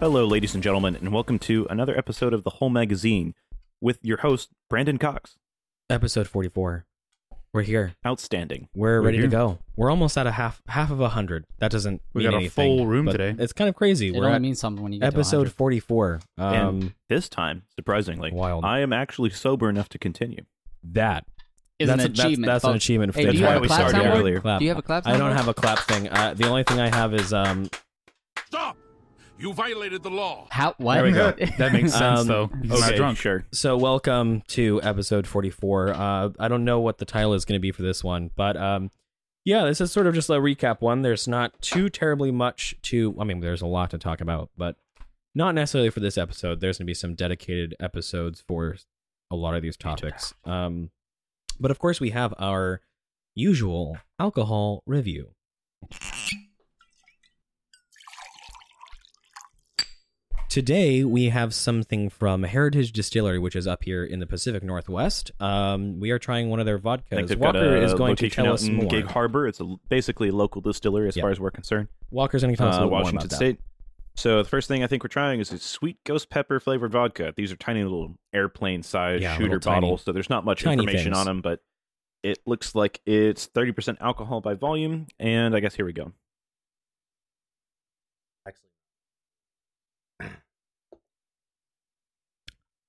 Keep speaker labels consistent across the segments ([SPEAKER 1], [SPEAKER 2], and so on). [SPEAKER 1] Hello, ladies and gentlemen, and welcome to another episode of The Whole Magazine with your host, Brandon Cox.
[SPEAKER 2] episode 44 we're here
[SPEAKER 1] Outstanding.
[SPEAKER 2] we're,
[SPEAKER 3] We're
[SPEAKER 2] ready
[SPEAKER 3] here.
[SPEAKER 2] to go we're almost at a half half of a hundred that doesn't
[SPEAKER 3] We
[SPEAKER 2] mean
[SPEAKER 3] got a
[SPEAKER 2] anything,
[SPEAKER 3] full room
[SPEAKER 2] but
[SPEAKER 3] today.
[SPEAKER 2] it's kind of crazy
[SPEAKER 4] It
[SPEAKER 2] we're
[SPEAKER 4] only
[SPEAKER 2] at
[SPEAKER 4] means something when you get
[SPEAKER 2] episode
[SPEAKER 4] To 100.
[SPEAKER 2] 44 um
[SPEAKER 1] and this time, surprisingly,
[SPEAKER 2] wild.
[SPEAKER 1] I am actually sober enough to continue.
[SPEAKER 2] that
[SPEAKER 4] Is
[SPEAKER 2] that's
[SPEAKER 4] an
[SPEAKER 2] a- that's-
[SPEAKER 4] achievement,
[SPEAKER 2] that's, an
[SPEAKER 4] folks.
[SPEAKER 2] achievement
[SPEAKER 4] Hey,
[SPEAKER 1] do
[SPEAKER 2] that's
[SPEAKER 1] you
[SPEAKER 2] why
[SPEAKER 1] have a
[SPEAKER 2] we
[SPEAKER 1] clap
[SPEAKER 2] started
[SPEAKER 1] sound
[SPEAKER 2] earlier
[SPEAKER 1] board?
[SPEAKER 2] Clap.
[SPEAKER 4] Do you have a clap
[SPEAKER 2] i don't
[SPEAKER 4] sound
[SPEAKER 2] have a clap thing uh, the only thing i have is um
[SPEAKER 5] Stop! You violated the law.
[SPEAKER 4] How? What?
[SPEAKER 3] There we go. That makes sense,
[SPEAKER 2] Um,
[SPEAKER 3] though. He's
[SPEAKER 1] okay,
[SPEAKER 3] not drunk.
[SPEAKER 1] sure.
[SPEAKER 2] so welcome to episode 44 uh i don't know what the title is going to be for this one but um yeah this is sort of just a recap one there's not too terribly much to i mean there's a lot to talk about but not necessarily for this episode there's going to be some dedicated episodes for a lot of these topics um but of course we have our usual alcohol review Today we have something from Heritage Distillery, which is up here in the Pacific Northwest. Um, we are trying one of their
[SPEAKER 1] I think
[SPEAKER 2] vodkas.
[SPEAKER 1] they've
[SPEAKER 2] Walker
[SPEAKER 1] got a
[SPEAKER 2] is going to
[SPEAKER 1] location
[SPEAKER 2] tell
[SPEAKER 1] out
[SPEAKER 2] us
[SPEAKER 1] in
[SPEAKER 2] more.
[SPEAKER 1] Gig Harbor. It's a, basically a local distillery as
[SPEAKER 2] Yeah.
[SPEAKER 1] far as we're concerned.
[SPEAKER 2] Walker's going to tell us a
[SPEAKER 1] uh,
[SPEAKER 2] little more
[SPEAKER 1] Washington
[SPEAKER 2] about
[SPEAKER 1] State. So the first thing I think we're trying is a sweet ghost pepper flavored vodka. These are tiny little airplane size
[SPEAKER 2] Yeah,
[SPEAKER 1] shooter
[SPEAKER 2] little tiny-
[SPEAKER 1] bottles, so there's not much
[SPEAKER 2] tiny
[SPEAKER 1] information
[SPEAKER 2] things.
[SPEAKER 1] on them, but it looks like it's 30% alcohol by volume. And I guess here we go.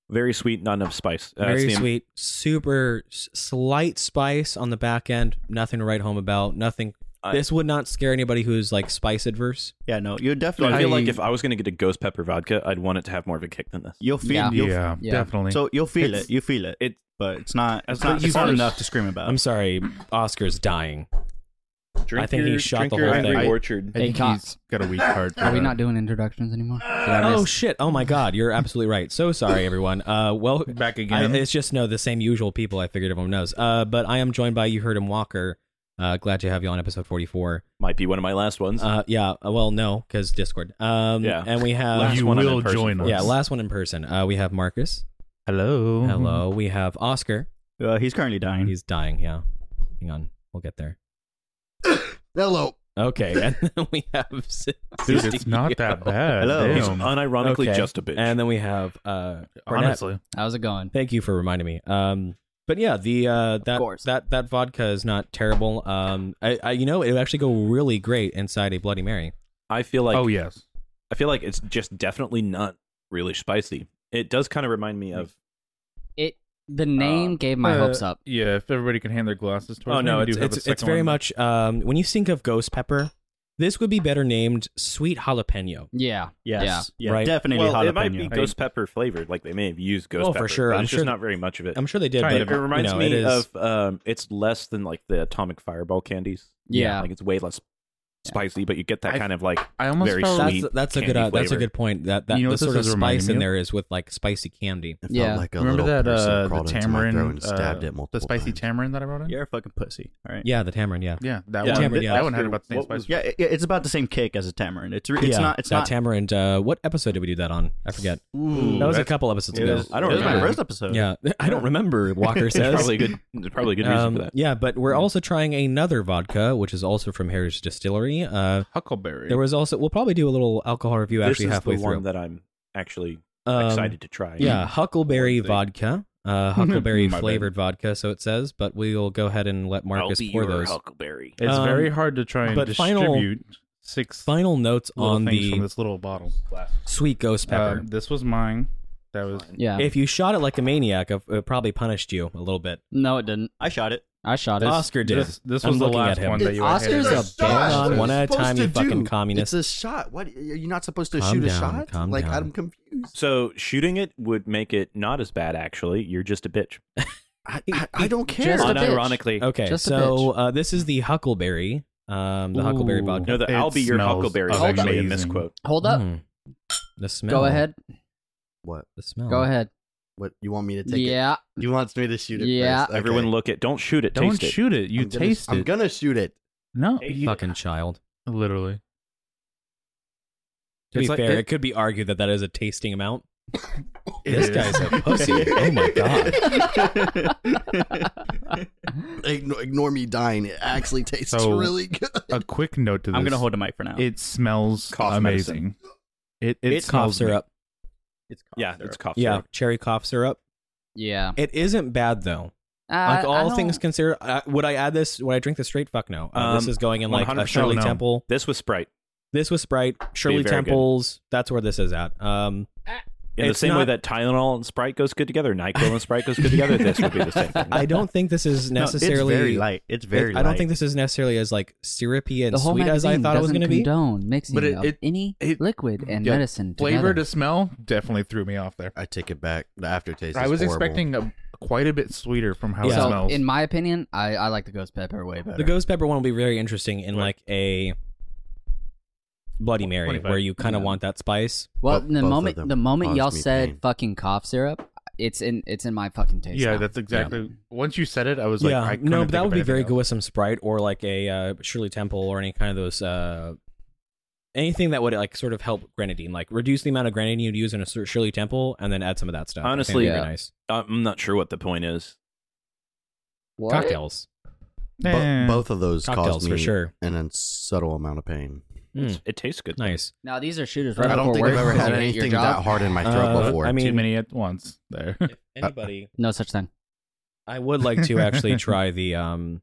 [SPEAKER 1] Very sweet, not enough spice.
[SPEAKER 2] that.
[SPEAKER 1] Uh, it's
[SPEAKER 2] Very
[SPEAKER 1] the-
[SPEAKER 2] sweet, super s- slight spice on the back end. Nothing to write home about. Nothing.
[SPEAKER 1] I-
[SPEAKER 2] this would not scare anybody who's like spice adverse.
[SPEAKER 6] Yeah, no, you're
[SPEAKER 1] So
[SPEAKER 6] definitely.
[SPEAKER 1] I feel like if I was going to get a ghost pepper vodka, I'd want it to have more of a kick than this.
[SPEAKER 6] you'll feel,
[SPEAKER 4] Yeah.
[SPEAKER 6] you'll,
[SPEAKER 3] yeah,
[SPEAKER 4] yeah.
[SPEAKER 3] definitely.
[SPEAKER 6] so you'll feel
[SPEAKER 1] It's-
[SPEAKER 6] it, you feel it,
[SPEAKER 1] it-
[SPEAKER 6] but it's not,
[SPEAKER 1] As
[SPEAKER 6] it's not,
[SPEAKER 1] much
[SPEAKER 6] it's
[SPEAKER 1] as-
[SPEAKER 6] not enough to scream
[SPEAKER 1] Uh,
[SPEAKER 6] about.
[SPEAKER 2] I'm sorry, Oscar's dying.
[SPEAKER 1] Drink
[SPEAKER 2] I think he
[SPEAKER 1] your-
[SPEAKER 2] shot
[SPEAKER 1] drink
[SPEAKER 2] the
[SPEAKER 1] your
[SPEAKER 2] whole
[SPEAKER 1] Angry
[SPEAKER 2] thing.
[SPEAKER 1] Orchard.
[SPEAKER 6] I
[SPEAKER 4] Hey,
[SPEAKER 6] think
[SPEAKER 4] Cox.
[SPEAKER 6] he's got a weak heart.
[SPEAKER 4] Are we not doing introductions anymore? Did I
[SPEAKER 2] Oh
[SPEAKER 4] miss-
[SPEAKER 2] shit! Oh my god, you're absolutely right. So sorry, everyone. Uh, well,
[SPEAKER 6] back
[SPEAKER 2] I,
[SPEAKER 6] again.
[SPEAKER 2] it's just no the same usual people. I figured everyone knows. Uh, but I am joined by you heard him Walker. Uh, glad to have you on episode forty four.
[SPEAKER 1] Might be one of my last ones.
[SPEAKER 2] Uh, yeah. uh, Well, no, because Discord. Um,
[SPEAKER 1] Yeah.
[SPEAKER 2] And we have
[SPEAKER 1] Last
[SPEAKER 3] you
[SPEAKER 1] one I'm in
[SPEAKER 3] will
[SPEAKER 1] person
[SPEAKER 3] join
[SPEAKER 1] for.
[SPEAKER 3] us.
[SPEAKER 2] yeah, last one in person. Uh, we have Marcus.
[SPEAKER 3] Hello.
[SPEAKER 2] Hello. We have Oscar.
[SPEAKER 6] uh, he's currently dying.
[SPEAKER 2] He's dying. Yeah. Hang on. We'll get there.
[SPEAKER 7] Hello.
[SPEAKER 2] Okay. And then we have Sid-
[SPEAKER 3] Dude, it's not that bad.
[SPEAKER 6] Hello.
[SPEAKER 1] He's
[SPEAKER 3] Damn.
[SPEAKER 1] unironically
[SPEAKER 2] Okay.
[SPEAKER 1] just a bitch.
[SPEAKER 2] And then we have uh, Barnett.
[SPEAKER 3] Honestly,
[SPEAKER 4] How's it going?
[SPEAKER 2] Thank you for reminding me. Um, but yeah, the uh, that
[SPEAKER 4] course.
[SPEAKER 2] that that vodka is not terrible. Um, I, I you know it would actually go really great inside a Bloody Mary.
[SPEAKER 1] I feel like
[SPEAKER 3] oh yes.
[SPEAKER 1] I feel like it's just definitely not really spicy. It does kind of remind me of.
[SPEAKER 4] It. The name
[SPEAKER 1] Uh,
[SPEAKER 4] gave my
[SPEAKER 3] Uh,
[SPEAKER 4] hopes up.
[SPEAKER 3] Yeah, if everybody can hand their glasses towards
[SPEAKER 2] Oh
[SPEAKER 3] me,
[SPEAKER 2] no,
[SPEAKER 3] we
[SPEAKER 2] it's
[SPEAKER 3] do have a
[SPEAKER 2] it's, it's
[SPEAKER 3] second
[SPEAKER 2] very
[SPEAKER 3] one.
[SPEAKER 2] much. Um, when you think of ghost pepper, this would be better named sweet jalapeno.
[SPEAKER 4] Yeah.
[SPEAKER 6] yes, yeah,
[SPEAKER 2] Right.
[SPEAKER 6] definitely
[SPEAKER 1] well,
[SPEAKER 6] jalapeno.
[SPEAKER 1] it might be ghost pepper flavored. Like they may have used ghost
[SPEAKER 2] Oh, for
[SPEAKER 1] pepper.
[SPEAKER 2] sure.
[SPEAKER 1] but
[SPEAKER 2] I'm
[SPEAKER 1] it's
[SPEAKER 2] sure-
[SPEAKER 1] just not very much of it.
[SPEAKER 2] I'm sure they did.
[SPEAKER 3] Kind
[SPEAKER 1] It,
[SPEAKER 2] but,
[SPEAKER 3] of.
[SPEAKER 1] it reminds
[SPEAKER 2] you know,
[SPEAKER 1] me
[SPEAKER 2] it is,
[SPEAKER 1] of. Um, it's less than like the atomic fireball candies.
[SPEAKER 4] Yeah.
[SPEAKER 1] like it's way less spicy, but you get that
[SPEAKER 3] I-
[SPEAKER 1] kind of like.
[SPEAKER 3] I almost
[SPEAKER 1] Very
[SPEAKER 3] felt
[SPEAKER 1] sweet.
[SPEAKER 2] That's that's a
[SPEAKER 1] candy
[SPEAKER 2] good uh, that's a
[SPEAKER 1] flavor.
[SPEAKER 2] good point. That that
[SPEAKER 3] You know
[SPEAKER 2] the
[SPEAKER 3] what
[SPEAKER 2] sort
[SPEAKER 3] this
[SPEAKER 2] of
[SPEAKER 3] is reminding
[SPEAKER 2] spice
[SPEAKER 3] me
[SPEAKER 2] in
[SPEAKER 3] of?
[SPEAKER 2] there is with like spicy candy.
[SPEAKER 7] It felt
[SPEAKER 4] Yeah.
[SPEAKER 7] like a
[SPEAKER 3] Remember
[SPEAKER 7] little
[SPEAKER 3] that
[SPEAKER 7] person
[SPEAKER 3] uh, the
[SPEAKER 7] crawled into my throat and
[SPEAKER 3] tamarind,
[SPEAKER 7] stabbed
[SPEAKER 3] uh,
[SPEAKER 7] it multiple
[SPEAKER 3] the spicy
[SPEAKER 7] times.
[SPEAKER 3] tamarind that I brought in.
[SPEAKER 6] You're a fucking pussy. All right.
[SPEAKER 2] Yeah, the tamarind. Yeah,
[SPEAKER 3] yeah, that
[SPEAKER 2] Yeah.
[SPEAKER 3] one.
[SPEAKER 2] Tamarind, yeah.
[SPEAKER 3] That one had about the same
[SPEAKER 1] What
[SPEAKER 3] spice.
[SPEAKER 1] was-
[SPEAKER 6] Yeah, it, it's about the same cake as a tamarind. It's re- it's
[SPEAKER 2] Yeah,
[SPEAKER 6] not it's
[SPEAKER 2] that
[SPEAKER 6] not.
[SPEAKER 2] tamarind. Uh, what episode did we do that on? I forget.
[SPEAKER 6] Ooh,
[SPEAKER 2] that was a
[SPEAKER 3] that's-
[SPEAKER 2] couple episodes
[SPEAKER 6] it
[SPEAKER 2] ago.
[SPEAKER 6] was-
[SPEAKER 1] I don't
[SPEAKER 6] it was my
[SPEAKER 4] remember.
[SPEAKER 6] first episode.
[SPEAKER 2] Yeah, I don't remember. Walker
[SPEAKER 1] It's
[SPEAKER 2] says.
[SPEAKER 1] uh, probably a good. It's probably a good reason
[SPEAKER 2] Um,
[SPEAKER 1] for that.
[SPEAKER 2] Yeah, but we're also trying another vodka, which is also from Heritage Distillery. Uh,
[SPEAKER 3] Huckleberry.
[SPEAKER 2] there was also we'll probably do a little alcohol review
[SPEAKER 1] this
[SPEAKER 2] actually
[SPEAKER 1] is
[SPEAKER 2] halfway
[SPEAKER 1] the
[SPEAKER 2] through.
[SPEAKER 1] one that I'm actually
[SPEAKER 2] Um,
[SPEAKER 1] excited to try.
[SPEAKER 2] Yeah, Huckleberry
[SPEAKER 1] One thing.
[SPEAKER 2] vodka, uh, Huckleberry
[SPEAKER 3] My bad.
[SPEAKER 2] flavored vodka, so it says. But we'll go ahead and let
[SPEAKER 1] I'll
[SPEAKER 2] Marcus
[SPEAKER 1] be
[SPEAKER 2] pour
[SPEAKER 1] your
[SPEAKER 2] those.
[SPEAKER 1] huckleberry.
[SPEAKER 3] It's
[SPEAKER 2] Um,
[SPEAKER 3] very hard to try and
[SPEAKER 2] but final-
[SPEAKER 3] distribute six
[SPEAKER 2] Final notes
[SPEAKER 3] little
[SPEAKER 2] on
[SPEAKER 3] things from
[SPEAKER 2] the
[SPEAKER 3] this little bottle.
[SPEAKER 2] sweet ghost
[SPEAKER 3] Uh,
[SPEAKER 2] pepper.
[SPEAKER 3] this was mine. That was
[SPEAKER 4] Yeah.
[SPEAKER 2] If you shot it like a maniac, it it probably punished you a little bit.
[SPEAKER 4] no, it didn't.
[SPEAKER 6] I shot it.
[SPEAKER 4] I shot it.
[SPEAKER 2] Oscar did.
[SPEAKER 3] this- this
[SPEAKER 2] I'm
[SPEAKER 3] was the
[SPEAKER 2] looking
[SPEAKER 3] last
[SPEAKER 2] at him.
[SPEAKER 3] one that you had
[SPEAKER 4] Oscar's
[SPEAKER 3] handed.
[SPEAKER 4] a
[SPEAKER 7] It's shot.
[SPEAKER 2] on,
[SPEAKER 7] What
[SPEAKER 2] one
[SPEAKER 7] are
[SPEAKER 2] at a
[SPEAKER 7] you supposed
[SPEAKER 2] time, you
[SPEAKER 7] to
[SPEAKER 2] fucking
[SPEAKER 7] do?
[SPEAKER 2] communist.
[SPEAKER 7] It's a shot. What? Are you not supposed to
[SPEAKER 2] Calm
[SPEAKER 7] shoot a
[SPEAKER 2] down,
[SPEAKER 7] shot?
[SPEAKER 2] calm
[SPEAKER 7] like
[SPEAKER 2] down.
[SPEAKER 7] I'm confused.
[SPEAKER 1] So shooting it would make it not as bad. Actually, you're just a bitch.
[SPEAKER 7] I, I, I don't care.
[SPEAKER 4] Just a bitch.
[SPEAKER 1] Unironically,
[SPEAKER 2] Okay,
[SPEAKER 4] Just a
[SPEAKER 2] so
[SPEAKER 4] bitch.
[SPEAKER 2] uh, this is the Huckleberry, um, the
[SPEAKER 4] Ooh.
[SPEAKER 2] Huckleberry vodka.
[SPEAKER 1] no, the
[SPEAKER 3] It
[SPEAKER 1] "I'll be your
[SPEAKER 3] smells
[SPEAKER 1] huckleberry" is
[SPEAKER 3] amazing.
[SPEAKER 1] actually a misquote.
[SPEAKER 4] Hold up.
[SPEAKER 2] Mm. The smell.
[SPEAKER 4] Go ahead.
[SPEAKER 7] What?
[SPEAKER 2] The smell.
[SPEAKER 4] Go ahead.
[SPEAKER 7] What? You want me to take it?
[SPEAKER 4] Yeah.
[SPEAKER 7] You wants me to shoot it?
[SPEAKER 4] Yeah.
[SPEAKER 7] First. Okay.
[SPEAKER 1] Everyone, look at. Don't shoot it.
[SPEAKER 3] Don't
[SPEAKER 1] taste it.
[SPEAKER 3] shoot it. You
[SPEAKER 7] I'm gonna-
[SPEAKER 3] taste
[SPEAKER 7] I'm
[SPEAKER 3] it.
[SPEAKER 7] gonna shoot it.
[SPEAKER 3] no,
[SPEAKER 1] You-
[SPEAKER 2] Fucking child.
[SPEAKER 3] literally.
[SPEAKER 2] To
[SPEAKER 3] It's
[SPEAKER 2] be
[SPEAKER 3] like-
[SPEAKER 2] fair, it,
[SPEAKER 3] it-
[SPEAKER 2] could be argued that that is a tasting amount.
[SPEAKER 7] It
[SPEAKER 2] this
[SPEAKER 7] is.
[SPEAKER 2] guy's a pussy. oh my god.
[SPEAKER 7] Ign- ignore me dying. It actually tastes
[SPEAKER 3] So-
[SPEAKER 7] really good.
[SPEAKER 3] A quick note to this.
[SPEAKER 6] I'm gonna hold the mic for now.
[SPEAKER 3] It smells
[SPEAKER 1] Cough
[SPEAKER 3] amazing. It it,
[SPEAKER 2] It's cough
[SPEAKER 3] smells
[SPEAKER 2] syrup.
[SPEAKER 6] it's cough
[SPEAKER 1] Yeah,
[SPEAKER 6] syrup.
[SPEAKER 1] it's cough
[SPEAKER 2] Yeah,
[SPEAKER 1] syrup.
[SPEAKER 2] cherry cough syrup.
[SPEAKER 4] Yeah.
[SPEAKER 2] It isn't bad though.
[SPEAKER 4] Uh,
[SPEAKER 2] Like all things considered, uh, would I add this? Would I drink this straight? Fuck no. Uh, this
[SPEAKER 1] Um,
[SPEAKER 2] is going in like a
[SPEAKER 1] 100%
[SPEAKER 2] Shirley
[SPEAKER 3] no.
[SPEAKER 2] Temple.
[SPEAKER 1] This was Sprite.
[SPEAKER 2] This was Sprite. Shirley
[SPEAKER 1] very good.
[SPEAKER 2] Temple's. That's where this is at. Um,
[SPEAKER 1] In the
[SPEAKER 2] It's
[SPEAKER 1] same way
[SPEAKER 2] not-
[SPEAKER 1] that Tylenol and Sprite goes good together, Nyquil and Sprite goes good together. This would be the same thing.
[SPEAKER 2] I don't think this is
[SPEAKER 6] No,
[SPEAKER 2] necessarily.
[SPEAKER 6] it's very light. It's very.
[SPEAKER 2] it- I don't
[SPEAKER 6] light.
[SPEAKER 2] think this is necessarily as like syrupy and
[SPEAKER 4] the whole
[SPEAKER 2] sweet as I
[SPEAKER 4] magazine
[SPEAKER 2] thought it was
[SPEAKER 4] doesn't
[SPEAKER 2] going to be.
[SPEAKER 4] condone mixing
[SPEAKER 3] But it-
[SPEAKER 4] of
[SPEAKER 3] it-
[SPEAKER 4] any
[SPEAKER 3] it-
[SPEAKER 4] liquid and
[SPEAKER 3] yeah,
[SPEAKER 4] medicine
[SPEAKER 3] Flavor
[SPEAKER 4] together.
[SPEAKER 3] to smell definitely threw me off there.
[SPEAKER 7] I take it back. The aftertaste.
[SPEAKER 3] I
[SPEAKER 7] is
[SPEAKER 3] was
[SPEAKER 7] horrible.
[SPEAKER 3] expecting a, quite a bit sweeter from how
[SPEAKER 2] Yeah.
[SPEAKER 3] it
[SPEAKER 4] so,
[SPEAKER 3] smells.
[SPEAKER 4] in my opinion, I, I like the ghost pepper way better.
[SPEAKER 2] The ghost pepper one will be very interesting in like a Bloody Mary,
[SPEAKER 3] 25.
[SPEAKER 2] where you kind of
[SPEAKER 4] Yeah.
[SPEAKER 2] want that spice.
[SPEAKER 4] well,
[SPEAKER 7] Bo-
[SPEAKER 4] the
[SPEAKER 7] both of
[SPEAKER 4] moment
[SPEAKER 7] them
[SPEAKER 4] the moment
[SPEAKER 7] caused
[SPEAKER 4] y'all
[SPEAKER 7] me
[SPEAKER 4] said
[SPEAKER 7] pain.
[SPEAKER 4] fucking cough syrup, it's in it's in my fucking taste.
[SPEAKER 3] yeah,
[SPEAKER 4] now.
[SPEAKER 3] that's exactly. Once you said it, I was
[SPEAKER 2] yeah,
[SPEAKER 3] like, I couldn't
[SPEAKER 2] no,
[SPEAKER 3] think
[SPEAKER 2] but that
[SPEAKER 3] of
[SPEAKER 2] would be very
[SPEAKER 3] anything
[SPEAKER 2] good
[SPEAKER 3] else.
[SPEAKER 2] with some Sprite or like a uh, Shirley Temple or any kind of those uh, anything that would like sort of help grenadine, like reduce the amount of grenadine you'd use in a Shir- Shirley Temple, and then add some of that stuff. I think that'd
[SPEAKER 1] Honestly,
[SPEAKER 2] be
[SPEAKER 4] yeah.
[SPEAKER 2] nice
[SPEAKER 1] I'm not sure what the point is.
[SPEAKER 4] What?
[SPEAKER 2] cocktails,
[SPEAKER 7] Bo-
[SPEAKER 3] Eh.
[SPEAKER 7] both of those
[SPEAKER 2] cocktails
[SPEAKER 7] caused me
[SPEAKER 2] for sure.
[SPEAKER 7] an unsubtle amount of pain.
[SPEAKER 2] Mm,
[SPEAKER 1] It tastes good.
[SPEAKER 2] nice.
[SPEAKER 4] Now these are shooters. Right
[SPEAKER 7] I don't
[SPEAKER 4] before
[SPEAKER 7] think I've
[SPEAKER 4] work
[SPEAKER 7] ever
[SPEAKER 4] because
[SPEAKER 7] had
[SPEAKER 4] you hate your
[SPEAKER 7] anything
[SPEAKER 4] job.
[SPEAKER 7] that hard in my throat
[SPEAKER 2] Uh,
[SPEAKER 7] before.
[SPEAKER 2] I
[SPEAKER 3] too
[SPEAKER 2] mean-
[SPEAKER 3] many at once there.
[SPEAKER 2] Anybody?
[SPEAKER 4] No such thing.
[SPEAKER 2] I would like to actually try the um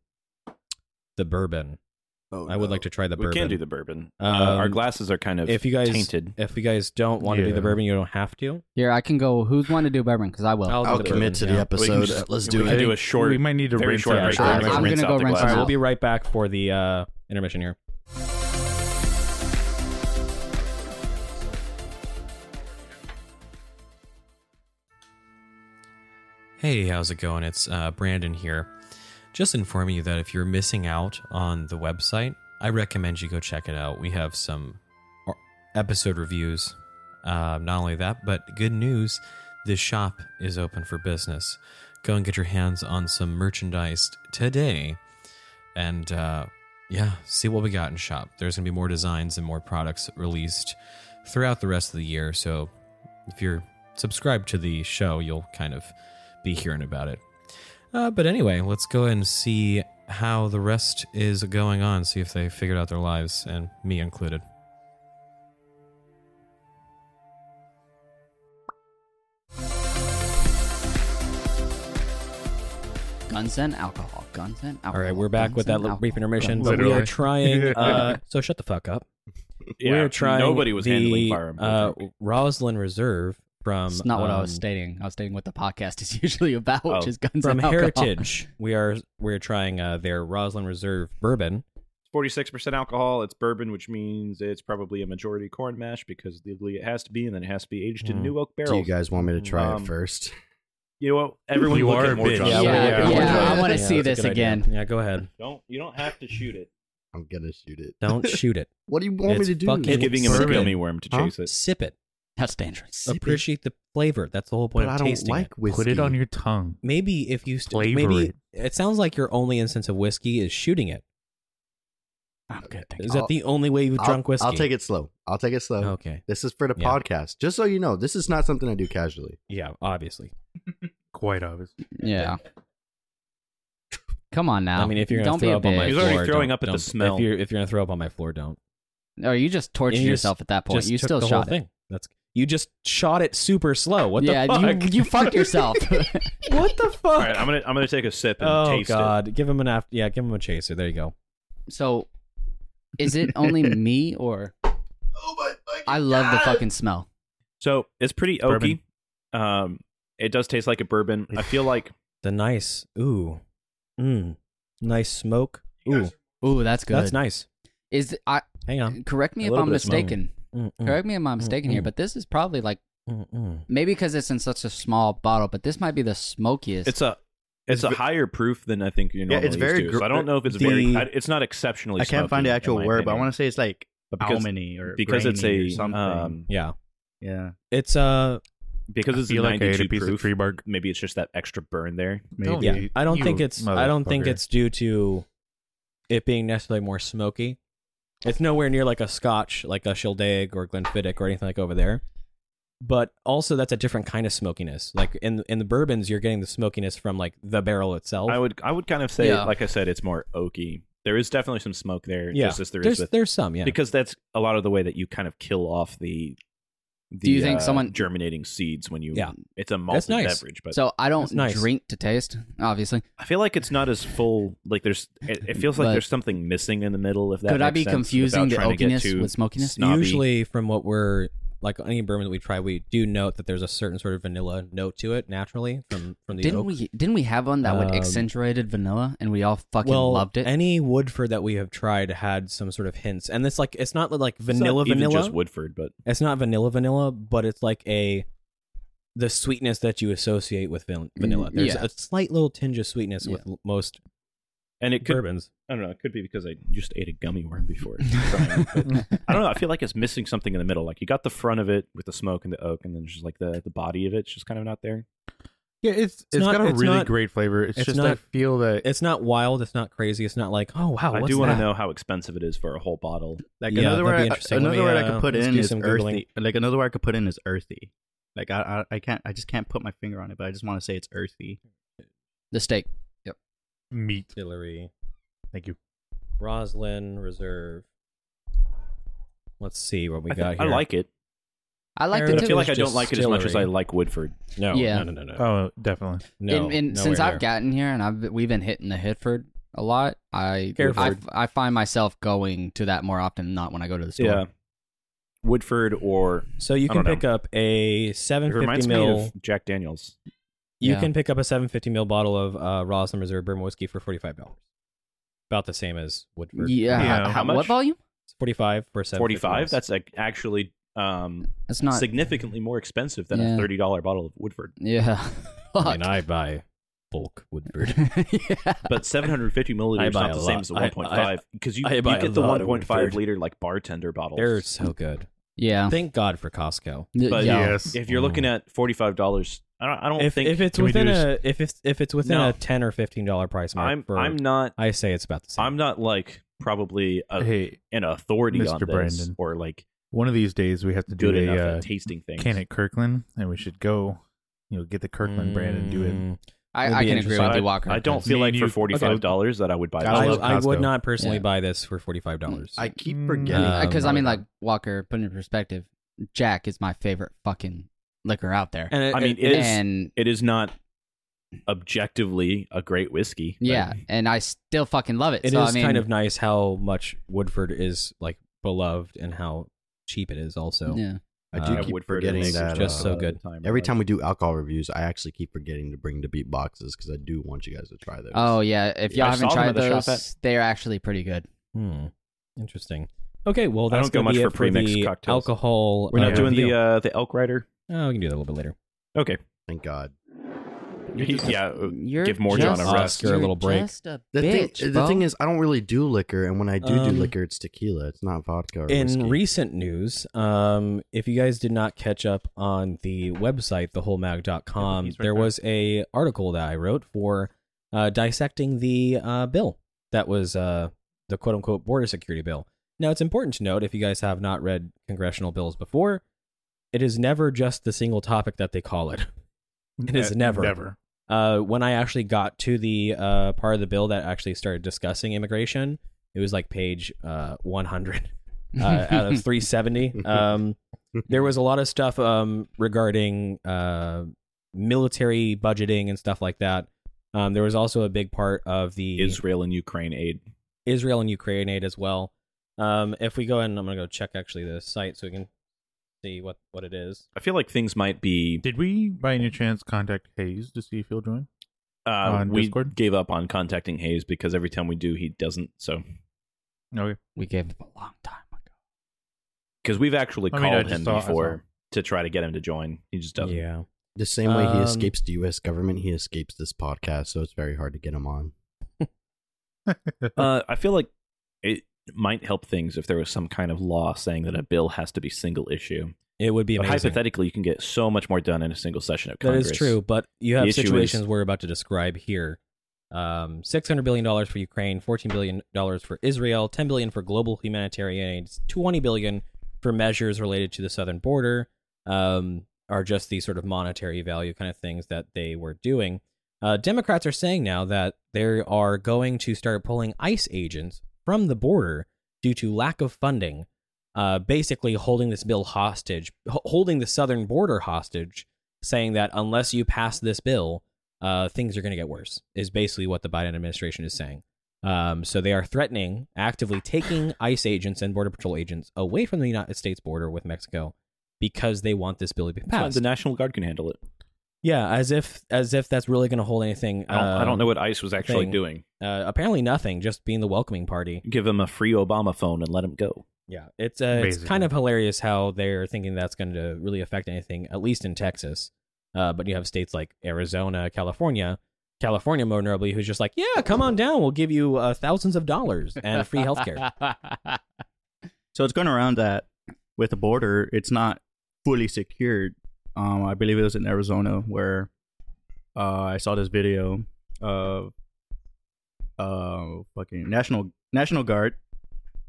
[SPEAKER 2] the bourbon.
[SPEAKER 7] Oh,
[SPEAKER 2] I would
[SPEAKER 7] no.
[SPEAKER 2] like to try the
[SPEAKER 1] we
[SPEAKER 2] bourbon.
[SPEAKER 1] can do the bourbon. Uh,
[SPEAKER 2] Um,
[SPEAKER 1] our glasses are kind of
[SPEAKER 2] if you guys
[SPEAKER 1] tainted.
[SPEAKER 2] if you guys don't want to do
[SPEAKER 3] Yeah.
[SPEAKER 2] the bourbon, you don't have to.
[SPEAKER 4] Here, I can go. Who's want to do bourbon? Because I will.
[SPEAKER 2] I'll do
[SPEAKER 7] I'll
[SPEAKER 2] the
[SPEAKER 7] commit to
[SPEAKER 2] bourbon,
[SPEAKER 7] the
[SPEAKER 2] yeah.
[SPEAKER 1] We can
[SPEAKER 7] episode.
[SPEAKER 1] just-
[SPEAKER 7] Let's
[SPEAKER 1] we
[SPEAKER 7] do
[SPEAKER 1] can
[SPEAKER 7] it.
[SPEAKER 1] do a short,
[SPEAKER 3] We might need to
[SPEAKER 1] very
[SPEAKER 3] rinse
[SPEAKER 1] short
[SPEAKER 3] that
[SPEAKER 1] break.
[SPEAKER 3] out.
[SPEAKER 1] there. We're
[SPEAKER 4] I'm
[SPEAKER 1] gonna rinse
[SPEAKER 4] gonna
[SPEAKER 1] out
[SPEAKER 4] go
[SPEAKER 1] the
[SPEAKER 4] rinse
[SPEAKER 2] All right,
[SPEAKER 1] glasses.
[SPEAKER 2] we'll be right back for the uh, intermission here. Hey, how's it going? It's uh, Brandon here. Just informing you that if you're missing out on the website, I recommend you go check it out. We have some or- episode reviews. Uh, not only that, but good news this shop is open for business. Go and get your hands on some merchandise today and uh, yeah, see what we got in shop. There's gonna be more designs and more products released throughout the rest of the year. So if you're subscribed to the show, you'll kind of be hearing about it. Uh, but anyway, let's go ahead and see how the rest is going on. See if they figured out their lives and me included.
[SPEAKER 4] Guns and alcohol. Guns and alcohol.
[SPEAKER 2] All right, we're back
[SPEAKER 4] Guns
[SPEAKER 2] with that
[SPEAKER 4] and
[SPEAKER 2] little brief
[SPEAKER 4] alcohol.
[SPEAKER 2] intermission.
[SPEAKER 4] Guns and
[SPEAKER 2] But we are
[SPEAKER 3] Literally.
[SPEAKER 2] trying. Uh, so shut the fuck up.
[SPEAKER 1] Yeah,
[SPEAKER 2] we are trying.
[SPEAKER 1] Nobody was
[SPEAKER 2] the,
[SPEAKER 1] handling fire. Emblem.
[SPEAKER 2] Uh, Roslyn Reserve from.
[SPEAKER 4] It's not what I was
[SPEAKER 2] um,
[SPEAKER 4] stating. I was stating what the podcast is usually about,
[SPEAKER 1] Oh,
[SPEAKER 4] which is guns
[SPEAKER 2] from
[SPEAKER 4] and alcohol.
[SPEAKER 2] Heritage. We are we're trying uh, their Roslyn Reserve bourbon.
[SPEAKER 1] Forty-six percent alcohol. It's bourbon, which means it's probably a majority corn mash because legally it has to be, and then it has to be aged
[SPEAKER 2] Hmm.
[SPEAKER 1] in new oak
[SPEAKER 7] Do you
[SPEAKER 1] barrels. You,
[SPEAKER 7] guys want me to try
[SPEAKER 1] Um,
[SPEAKER 7] it first?
[SPEAKER 1] know what? Everyone,
[SPEAKER 3] You
[SPEAKER 1] look
[SPEAKER 3] are
[SPEAKER 1] at
[SPEAKER 3] a
[SPEAKER 1] more
[SPEAKER 3] bitch.
[SPEAKER 1] John.
[SPEAKER 4] Yeah,
[SPEAKER 3] Yeah,
[SPEAKER 4] yeah,
[SPEAKER 3] yeah.
[SPEAKER 4] yeah. I want to
[SPEAKER 2] Yeah,
[SPEAKER 4] see
[SPEAKER 2] that's a
[SPEAKER 4] this
[SPEAKER 2] good idea.
[SPEAKER 4] again.
[SPEAKER 2] Yeah, go ahead.
[SPEAKER 1] Don't you don't have to shoot it.
[SPEAKER 7] I'm gonna shoot it.
[SPEAKER 2] Don't shoot it.
[SPEAKER 7] What do you want
[SPEAKER 2] It's
[SPEAKER 7] me to do?
[SPEAKER 2] fucking-
[SPEAKER 1] He's giving him
[SPEAKER 2] Bourbon.
[SPEAKER 1] a gummy worm to
[SPEAKER 7] Huh?
[SPEAKER 1] chase it.
[SPEAKER 2] Sip it.
[SPEAKER 4] That's dangerous.
[SPEAKER 7] Sip it.
[SPEAKER 2] Appreciate the flavor. That's the whole point
[SPEAKER 7] but
[SPEAKER 2] of
[SPEAKER 7] I don't
[SPEAKER 2] tasting
[SPEAKER 7] like
[SPEAKER 2] it.
[SPEAKER 7] whiskey.
[SPEAKER 3] Put it on your tongue.
[SPEAKER 2] Maybe if you st-
[SPEAKER 3] Flavor
[SPEAKER 2] maybe
[SPEAKER 3] it.
[SPEAKER 2] it sounds like your only instance of whiskey is shooting it.
[SPEAKER 4] I'm good. Thank
[SPEAKER 2] Is
[SPEAKER 4] you.
[SPEAKER 2] that
[SPEAKER 7] I'll-
[SPEAKER 2] the only way you've
[SPEAKER 7] I'll,
[SPEAKER 2] drunk whiskey?
[SPEAKER 7] I'll take it slow. I'll take it slow.
[SPEAKER 2] Okay.
[SPEAKER 7] This is for the
[SPEAKER 2] Yeah.
[SPEAKER 7] podcast. Just so you know, this is not something I do casually.
[SPEAKER 2] Yeah, obviously.
[SPEAKER 3] Quite obvious.
[SPEAKER 4] Yeah. Come on now.
[SPEAKER 2] I mean, if you're gonna
[SPEAKER 4] don't
[SPEAKER 2] throw
[SPEAKER 4] be a
[SPEAKER 2] up on my
[SPEAKER 4] bitch.
[SPEAKER 1] He's already
[SPEAKER 2] floor,
[SPEAKER 1] throwing
[SPEAKER 2] don't-
[SPEAKER 1] up at the
[SPEAKER 2] don't-
[SPEAKER 1] smell.
[SPEAKER 2] If you're if you're gonna throw up on my floor, don't.
[SPEAKER 4] No, Oh, you just tortured
[SPEAKER 2] And you just-
[SPEAKER 4] yourself at that point.
[SPEAKER 2] Just
[SPEAKER 4] you
[SPEAKER 2] took
[SPEAKER 4] still
[SPEAKER 2] the whole
[SPEAKER 4] shot it.
[SPEAKER 2] thing. That's you just shot it super slow. What
[SPEAKER 4] yeah,
[SPEAKER 2] the fuck?
[SPEAKER 4] you you fucked yourself.
[SPEAKER 2] what the
[SPEAKER 1] All
[SPEAKER 2] fuck?
[SPEAKER 1] right, I'm gonna I'm gonna take a sip and
[SPEAKER 2] oh
[SPEAKER 1] taste it.
[SPEAKER 2] god, give him an after. Yeah, give him a chaser. There you go.
[SPEAKER 4] so, is it only me or
[SPEAKER 7] Oh my!
[SPEAKER 4] I love the fucking smell?
[SPEAKER 1] So it's pretty oaky.
[SPEAKER 3] Bourbon.
[SPEAKER 1] Um, it does taste like a bourbon. I feel like
[SPEAKER 2] The nice, ooh, mm, nice smoke. Ooh,
[SPEAKER 4] Ooh, that's good.
[SPEAKER 2] that's nice.
[SPEAKER 4] Is th- I
[SPEAKER 2] Hang on.
[SPEAKER 4] correct me
[SPEAKER 1] A
[SPEAKER 4] if
[SPEAKER 1] little
[SPEAKER 4] I'm
[SPEAKER 1] bit of smoke.
[SPEAKER 4] mistaken.
[SPEAKER 2] Mm, mm,
[SPEAKER 4] Correct me if I'm mistaken here,
[SPEAKER 2] Mm-mm.
[SPEAKER 4] but this is probably like
[SPEAKER 2] mm, mm.
[SPEAKER 4] maybe because it's in such a small bottle, but this might be the smokiest.
[SPEAKER 1] it's a it's a higher proof than I think you normally
[SPEAKER 6] it's very
[SPEAKER 1] used to. So I
[SPEAKER 6] gr-
[SPEAKER 1] don't know if it's
[SPEAKER 6] the-
[SPEAKER 1] very. I, it's not exceptionally.
[SPEAKER 6] I can't find the actual word, but I want to say it's like
[SPEAKER 1] to because
[SPEAKER 6] almondy or
[SPEAKER 1] because it's
[SPEAKER 6] grainy or
[SPEAKER 1] a
[SPEAKER 6] something.
[SPEAKER 1] um
[SPEAKER 2] Yeah,
[SPEAKER 6] yeah,
[SPEAKER 2] it's uh,
[SPEAKER 1] because
[SPEAKER 3] I
[SPEAKER 1] it's a
[SPEAKER 3] feel like I ate
[SPEAKER 1] ninety
[SPEAKER 3] a
[SPEAKER 1] two
[SPEAKER 3] piece of
[SPEAKER 1] proof.
[SPEAKER 3] tree bark.
[SPEAKER 1] Maybe it's just that extra burn there.
[SPEAKER 3] Maybe.
[SPEAKER 2] yeah. I don't
[SPEAKER 3] You
[SPEAKER 2] think it's. I don't think
[SPEAKER 3] motherfucker.
[SPEAKER 2] it's due to it being necessarily more smoky. It's nowhere near like a Scotch, like a Shildag or Glenfiddich or anything like over there. But also, that's a different kind of smokiness. Like in in the bourbons, you're getting the smokiness from like the barrel itself.
[SPEAKER 1] I would I would kind of say
[SPEAKER 4] Yeah.
[SPEAKER 1] like I said, it's more oaky. There is definitely some smoke there,
[SPEAKER 2] Yeah.
[SPEAKER 1] just as there
[SPEAKER 2] there's
[SPEAKER 1] is with
[SPEAKER 2] there's some, yeah.
[SPEAKER 1] because that's a lot of the way that you kind of kill off the. the
[SPEAKER 4] you think
[SPEAKER 1] uh,
[SPEAKER 4] someone-
[SPEAKER 1] germinating seeds when you?
[SPEAKER 2] Yeah.
[SPEAKER 1] it's a malted
[SPEAKER 2] nice.
[SPEAKER 1] beverage, but
[SPEAKER 4] so I don't
[SPEAKER 2] That's nice.
[SPEAKER 4] drink to taste, obviously.
[SPEAKER 1] I feel like it's not as full. Like there's, it, it feels like
[SPEAKER 4] But-
[SPEAKER 1] there's something missing in the middle. If that
[SPEAKER 4] Could I
[SPEAKER 1] makes
[SPEAKER 4] be
[SPEAKER 1] sense,
[SPEAKER 4] confusing
[SPEAKER 1] without
[SPEAKER 4] the
[SPEAKER 1] trying to get
[SPEAKER 4] oakiness
[SPEAKER 1] too
[SPEAKER 4] with smokiness?
[SPEAKER 1] snobby.
[SPEAKER 2] usually from what we're like any bourbon that we try, we do note that there's a certain sort of vanilla note to it naturally from from the
[SPEAKER 4] Didn't
[SPEAKER 2] oak.
[SPEAKER 4] we didn't we have one that would
[SPEAKER 2] Um,
[SPEAKER 4] accentuated vanilla and we all fucking
[SPEAKER 2] well,
[SPEAKER 4] loved it?
[SPEAKER 2] Any Woodford that we have tried had some sort of hints, and it's like it's not like
[SPEAKER 1] It's not
[SPEAKER 2] vanilla
[SPEAKER 1] even
[SPEAKER 2] vanilla.
[SPEAKER 1] just Woodford, but
[SPEAKER 2] it's not vanilla vanilla, but it's like a the sweetness that you associate with van- vanilla. There's
[SPEAKER 4] Mm, yeah.
[SPEAKER 2] a slight little tinge of sweetness
[SPEAKER 4] Yeah.
[SPEAKER 2] with l- most
[SPEAKER 1] and it could.
[SPEAKER 2] bourbons.
[SPEAKER 1] I don't know. It could be because I just ate a gummy worm before. trying, but I don't know. I feel like it's missing something in the middle. Like you got the front of it with the smoke and the oak, and then just like the the body of it's just kind of not there.
[SPEAKER 3] Yeah, it's it's
[SPEAKER 2] not-
[SPEAKER 3] got a
[SPEAKER 2] it's
[SPEAKER 3] really
[SPEAKER 2] not-
[SPEAKER 3] great flavor. It's,
[SPEAKER 2] it's
[SPEAKER 3] just I
[SPEAKER 2] not-
[SPEAKER 3] feel that
[SPEAKER 2] It's not wild. It's not crazy. It's not like oh wow.
[SPEAKER 1] I
[SPEAKER 2] what's
[SPEAKER 1] do want
[SPEAKER 2] that?
[SPEAKER 1] to know how expensive it is for a whole bottle.
[SPEAKER 6] like
[SPEAKER 2] Yeah,
[SPEAKER 6] another
[SPEAKER 2] that'd
[SPEAKER 6] word.
[SPEAKER 2] be
[SPEAKER 6] I,
[SPEAKER 2] interesting. Let
[SPEAKER 6] another
[SPEAKER 2] me,
[SPEAKER 6] word I
[SPEAKER 2] uh,
[SPEAKER 6] could put
[SPEAKER 2] let's
[SPEAKER 6] in
[SPEAKER 2] do
[SPEAKER 6] is
[SPEAKER 2] some
[SPEAKER 6] earthy. Like another word I could put in is earthy. Like I, I, I can't, I just can't put my finger on it, but I just want to say it's earthy.
[SPEAKER 4] the steak.
[SPEAKER 3] meat.
[SPEAKER 2] Distillery.
[SPEAKER 3] Thank you.
[SPEAKER 2] Roslyn Reserve. Let's see what we
[SPEAKER 1] I,
[SPEAKER 2] got
[SPEAKER 1] think-
[SPEAKER 2] here.
[SPEAKER 1] I like it.
[SPEAKER 4] I
[SPEAKER 2] But
[SPEAKER 4] liked it
[SPEAKER 1] But
[SPEAKER 2] It
[SPEAKER 1] I
[SPEAKER 4] too.
[SPEAKER 1] feel
[SPEAKER 2] was
[SPEAKER 1] like I don't like it as much as I
[SPEAKER 2] distillery.
[SPEAKER 1] like Woodford.
[SPEAKER 2] no,
[SPEAKER 4] Yeah.
[SPEAKER 2] no, no, no, no.
[SPEAKER 3] Oh, definitely.
[SPEAKER 2] no
[SPEAKER 4] and, and since
[SPEAKER 2] nowhere
[SPEAKER 4] I've
[SPEAKER 2] near.
[SPEAKER 4] gotten here and I've been- we've been hitting the Hitford a lot, I, I
[SPEAKER 2] Hereford.
[SPEAKER 4] I find myself going to that more often than not when I go to the store.
[SPEAKER 1] Yeah. Woodford or
[SPEAKER 2] so you
[SPEAKER 1] I
[SPEAKER 2] can
[SPEAKER 1] don't know.
[SPEAKER 2] pick up a
[SPEAKER 1] it
[SPEAKER 2] 750
[SPEAKER 1] reminds me
[SPEAKER 2] mil.
[SPEAKER 1] of Jack Daniels.
[SPEAKER 2] You
[SPEAKER 4] Yeah.
[SPEAKER 2] can pick up a 750 mil bottle of uh, Roslyn Reserve bourbon whiskey for 45 dollars. About the same as Woodford.
[SPEAKER 4] Yeah.
[SPEAKER 3] Yeah.
[SPEAKER 4] How,
[SPEAKER 1] How
[SPEAKER 4] what
[SPEAKER 1] much?
[SPEAKER 4] volume?
[SPEAKER 2] It's 45 for 750
[SPEAKER 1] 45
[SPEAKER 2] mils.
[SPEAKER 1] that's like actually um
[SPEAKER 4] It's not.
[SPEAKER 1] significantly more expensive than
[SPEAKER 4] Yeah.
[SPEAKER 1] a $30 bottle of woodford
[SPEAKER 4] yeah.
[SPEAKER 2] I
[SPEAKER 4] Fuck.
[SPEAKER 2] mean, I buy bulk Woodford.
[SPEAKER 4] yeah.
[SPEAKER 1] but 750 milliliters is
[SPEAKER 2] buy
[SPEAKER 1] not
[SPEAKER 2] a
[SPEAKER 1] the same
[SPEAKER 2] lot.
[SPEAKER 1] as the
[SPEAKER 2] I-
[SPEAKER 1] 1.5 because you,
[SPEAKER 2] I
[SPEAKER 1] you
[SPEAKER 2] buy a
[SPEAKER 1] get the
[SPEAKER 2] lot of
[SPEAKER 1] 1.5
[SPEAKER 2] Woodford.
[SPEAKER 1] liter like bartender bottles
[SPEAKER 2] They're so good.
[SPEAKER 4] Yeah.
[SPEAKER 2] Thank God for Costco.
[SPEAKER 4] Th-
[SPEAKER 1] but-
[SPEAKER 4] yeah.
[SPEAKER 3] Yes.
[SPEAKER 1] if you're looking at $45 i don't, I don't
[SPEAKER 2] If,
[SPEAKER 1] think
[SPEAKER 2] if it's
[SPEAKER 3] Can we do
[SPEAKER 2] within a if it's if it's within
[SPEAKER 1] No.
[SPEAKER 2] a 10 or 15 dollar price mark,
[SPEAKER 1] i'm
[SPEAKER 2] for,
[SPEAKER 1] i'm not
[SPEAKER 2] I say it's about the same.
[SPEAKER 1] i'm not like probably a,
[SPEAKER 3] Hey,
[SPEAKER 1] an authority on this
[SPEAKER 3] Mr. Brandon.
[SPEAKER 1] or like
[SPEAKER 3] one of these days we have to do
[SPEAKER 1] good enough
[SPEAKER 3] a uh,
[SPEAKER 1] at tasting things
[SPEAKER 3] can at Kirkland, and we should go. You know, get the Kirkland brand and do it.
[SPEAKER 2] Mm.
[SPEAKER 4] I,
[SPEAKER 2] Would
[SPEAKER 4] I
[SPEAKER 2] be
[SPEAKER 4] can agree
[SPEAKER 2] interesting.
[SPEAKER 4] with
[SPEAKER 1] I,
[SPEAKER 4] you, Walker.
[SPEAKER 1] I don't
[SPEAKER 3] Me
[SPEAKER 1] feel
[SPEAKER 3] and
[SPEAKER 1] like
[SPEAKER 3] you-
[SPEAKER 1] for
[SPEAKER 3] okay.
[SPEAKER 1] $45 that i would buy
[SPEAKER 3] I
[SPEAKER 2] I,
[SPEAKER 1] this.
[SPEAKER 3] love
[SPEAKER 2] I would
[SPEAKER 3] Costco.
[SPEAKER 2] not personally
[SPEAKER 4] Yeah.
[SPEAKER 2] buy this for $45. dollars.
[SPEAKER 7] I keep
[SPEAKER 3] Mm,
[SPEAKER 7] forgetting.
[SPEAKER 2] uh,
[SPEAKER 4] because I
[SPEAKER 2] Um,
[SPEAKER 4] mean, like Walker, put in perspective, Jack is my favorite fucking liquor out there,
[SPEAKER 2] and it,
[SPEAKER 1] I mean,
[SPEAKER 2] it,
[SPEAKER 1] it is-
[SPEAKER 4] and
[SPEAKER 1] it is not objectively a great whiskey but-
[SPEAKER 4] yeah, and I still fucking love it.
[SPEAKER 2] It is
[SPEAKER 4] so I mean,
[SPEAKER 2] kind of nice how much Woodford is like beloved and how cheap it is also.
[SPEAKER 4] yeah.
[SPEAKER 7] I do
[SPEAKER 2] Uh,
[SPEAKER 7] keep
[SPEAKER 1] Woodford
[SPEAKER 7] forgetting
[SPEAKER 1] is
[SPEAKER 7] that.
[SPEAKER 2] just so
[SPEAKER 7] uh,
[SPEAKER 2] good.
[SPEAKER 7] Every time we do alcohol reviews, I actually keep forgetting to bring the beat boxes because I do want you guys to try those.
[SPEAKER 4] Oh yeah, if
[SPEAKER 1] Yeah,
[SPEAKER 4] y'all
[SPEAKER 1] I
[SPEAKER 4] haven't
[SPEAKER 1] saw them
[SPEAKER 4] tried
[SPEAKER 1] at the shop
[SPEAKER 4] those, they're actually pretty good.
[SPEAKER 2] Hmm. Interesting. Okay, well,
[SPEAKER 1] I
[SPEAKER 2] that's
[SPEAKER 1] don't go
[SPEAKER 2] gonna
[SPEAKER 1] much
[SPEAKER 2] be it
[SPEAKER 1] for premixed
[SPEAKER 2] the
[SPEAKER 1] cocktails.
[SPEAKER 2] Alcohol.
[SPEAKER 1] We're not
[SPEAKER 2] uh,
[SPEAKER 1] doing
[SPEAKER 2] review.
[SPEAKER 1] the uh, the elk rider.
[SPEAKER 2] oh, we can do that a little bit later.
[SPEAKER 1] Okay.
[SPEAKER 7] thank God.
[SPEAKER 1] yeah. uh,
[SPEAKER 4] You're
[SPEAKER 1] Give more
[SPEAKER 4] just,
[SPEAKER 1] John a rest.
[SPEAKER 2] Oscar a
[SPEAKER 4] you're
[SPEAKER 2] little break.
[SPEAKER 4] Just a
[SPEAKER 7] The
[SPEAKER 4] bitch,
[SPEAKER 7] thing, the
[SPEAKER 4] bro.
[SPEAKER 7] thing is, I don't really do liquor, and when I do do
[SPEAKER 2] Um,
[SPEAKER 7] liquor, it's tequila. It's not vodka. Or
[SPEAKER 2] In
[SPEAKER 7] whiskey.
[SPEAKER 2] recent news, um, if you guys did not catch up on the website, thewholemag.com,
[SPEAKER 3] Yeah, he's right
[SPEAKER 2] there
[SPEAKER 3] there.
[SPEAKER 2] was a article that I wrote for uh, dissecting the uh, bill that was uh, the quote unquote border security bill. Now, it's important to note if you guys have not read congressional bills before, it is never just the single topic that they call it. It is
[SPEAKER 3] Uh,
[SPEAKER 2] never.
[SPEAKER 3] never.
[SPEAKER 2] uh, when I actually got to the uh, part of the bill that actually started discussing immigration, it was like page uh, 100 uh, out of 370. Um, there was a lot of stuff um, regarding uh, military budgeting and stuff like that. Um, there was also a big part of the
[SPEAKER 1] Israel and Ukraine aid.
[SPEAKER 2] Israel and Ukraine aid as well. Um, if we go ahead and I'm gonna go check actually the site so we can see what what it is.
[SPEAKER 1] I feel like things might be.
[SPEAKER 3] Did we, by any chance, contact Hayes to see if he'll join?
[SPEAKER 1] Uh,
[SPEAKER 3] on
[SPEAKER 1] we
[SPEAKER 3] Discord?
[SPEAKER 1] gave up on contacting Hayes because every time we do, he doesn't. So
[SPEAKER 3] Okay.
[SPEAKER 4] We gave them a long time ago.
[SPEAKER 1] because we've actually
[SPEAKER 3] I
[SPEAKER 1] called
[SPEAKER 3] mean, I just
[SPEAKER 1] him
[SPEAKER 3] saw- I
[SPEAKER 1] before to try to get him to join, he just doesn't.
[SPEAKER 2] Yeah.
[SPEAKER 7] The same way he
[SPEAKER 2] Um,
[SPEAKER 7] escapes the U.S. government, he escapes this podcast, so it's very hard to get him on.
[SPEAKER 1] Uh, I feel like it might help things if there was some kind of law saying that a bill has to be single issue.
[SPEAKER 2] It would be
[SPEAKER 1] But
[SPEAKER 2] amazing.
[SPEAKER 1] hypothetically, you can get so much more done in a single session of
[SPEAKER 2] That
[SPEAKER 1] Congress.
[SPEAKER 2] is true, but you
[SPEAKER 1] The
[SPEAKER 2] have
[SPEAKER 1] issue
[SPEAKER 2] situations
[SPEAKER 1] is-
[SPEAKER 2] we're about to describe here. Um, six hundred billion dollars for Ukraine, fourteen billion dollars for Israel, ten billion for global humanitarian aid, twenty billion for measures related to the southern border. Um, are just these sort of monetary value kind of things that they were doing. Uh, Democrats are saying now that they are going to start pulling ICE agents from the border due to lack of funding. Uh, basically, holding this bill hostage, ho- holding the southern border hostage saying that unless you pass this bill, uh, things are going to get worse, is basically what the Biden administration is saying. Um, so they are threatening, actively taking ICE agents and Border Patrol agents away from the United States border with Mexico because they want this bill to be
[SPEAKER 1] It's fine,
[SPEAKER 2] passed.
[SPEAKER 1] The National Guard can handle it.
[SPEAKER 2] yeah, as if as if that's really going to hold anything.
[SPEAKER 1] I don't, I don't
[SPEAKER 2] um,
[SPEAKER 1] know what ICE was actually
[SPEAKER 2] thing.
[SPEAKER 1] doing.
[SPEAKER 2] Uh, apparently, nothing. Just being the welcoming party.
[SPEAKER 1] Give him a free Obama phone and let him go.
[SPEAKER 2] Yeah, it's uh, it's
[SPEAKER 3] Basically.
[SPEAKER 2] kind of hilarious how they're thinking that's going to really affect anything, at least in Texas. Uh, but you have states like Arizona, California, California more notably, who's just like, yeah, come on down, we'll give you uh, thousands of dollars and free healthcare.
[SPEAKER 6] So it's going around that with the border, it's not fully secured. Um, I believe it was in Arizona where uh, I saw this video of uh, fucking national national guard,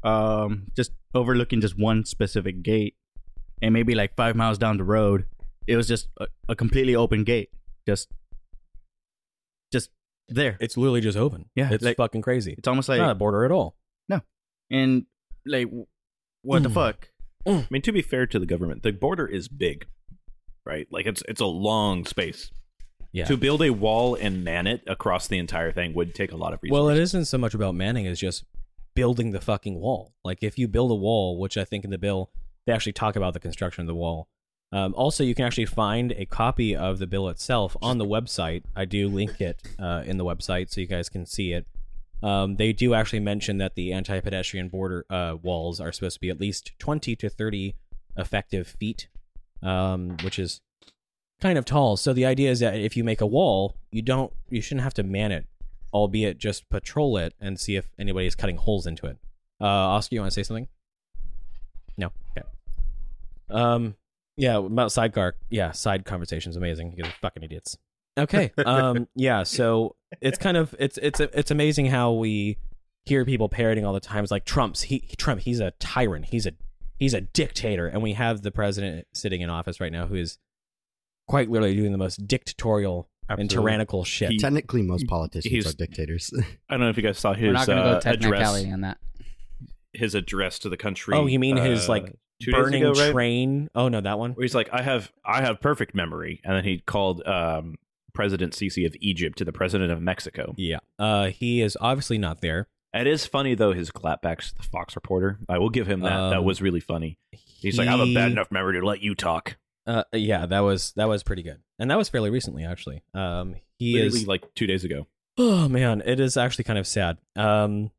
[SPEAKER 6] um, just overlooking just one specific gate, and maybe like five miles down the road, it was just a, a completely open gate, just just there.
[SPEAKER 2] it's literally just open.
[SPEAKER 6] Yeah,
[SPEAKER 2] it's
[SPEAKER 6] like-
[SPEAKER 2] fucking crazy. It's
[SPEAKER 6] It's almost like
[SPEAKER 2] not a border at all.
[SPEAKER 6] and like w- what the
[SPEAKER 2] Mm.
[SPEAKER 6] fuck.
[SPEAKER 1] I mean, to be fair to the government, the border is big, right? Like it's it's a long space.
[SPEAKER 2] Yeah.
[SPEAKER 1] To build a wall and man it across the entire thing would take a lot of resources.
[SPEAKER 2] Well, it isn't so much about Manning as just building the fucking wall. Like if you build a wall, which I think in the bill they actually talk about the construction of the wall. Um, also, you can actually find a copy of the bill itself on the website. I do link it uh, in the website so you guys can see it. Um, they do actually mention that the anti-pedestrian border uh, walls are supposed to be at least twenty to thirty effective feet, um, which is kind of tall. So the idea is that if you make a wall, you don't, you shouldn't have to man it albeit just patrol it and see if anybody's cutting holes into it. Uh, Oscar, you want to say something? No. Okay. Um. Yeah. About sidecar. Yeah. Side conversations. Amazing. You guys are fucking idiots. Okay. Um. yeah. So it's kind of it's it's it's amazing how we hear people parroting all the time. It's like Trump's he Trump. He's a tyrant. He's a he's a dictator. And we have the president sitting in office right now who is quite literally doing the most dictatorial and
[SPEAKER 3] Absolutely.
[SPEAKER 2] tyrannical shit.
[SPEAKER 1] He-
[SPEAKER 7] Technically, most politicians
[SPEAKER 1] he's-
[SPEAKER 7] are dictators.
[SPEAKER 1] I don't know if you guys saw his
[SPEAKER 4] We're not going to
[SPEAKER 1] uh,
[SPEAKER 4] go
[SPEAKER 1] address.
[SPEAKER 4] technicality on that.
[SPEAKER 1] His address to the country.
[SPEAKER 2] Oh, you mean his,
[SPEAKER 1] uh,
[SPEAKER 2] like,
[SPEAKER 1] two days
[SPEAKER 2] burning
[SPEAKER 1] ago, right?
[SPEAKER 2] train. Oh no, that one.
[SPEAKER 1] Where he's like, I have I have perfect memory, and then he called um, President Sisi of Egypt to the president of Mexico.
[SPEAKER 2] Yeah. Uh, he is obviously not there.
[SPEAKER 1] It is funny though his clapbacks to the Fox reporter. I will give him that. that
[SPEAKER 2] Um,
[SPEAKER 1] was really funny. He's like, I have a bad enough memory to let you talk.
[SPEAKER 2] Uh, yeah, that was that was pretty good, and that was fairly recently actually. Um, he
[SPEAKER 1] Literally
[SPEAKER 2] is.
[SPEAKER 1] like two days ago.
[SPEAKER 2] Oh man, it is actually kind of sad. Um,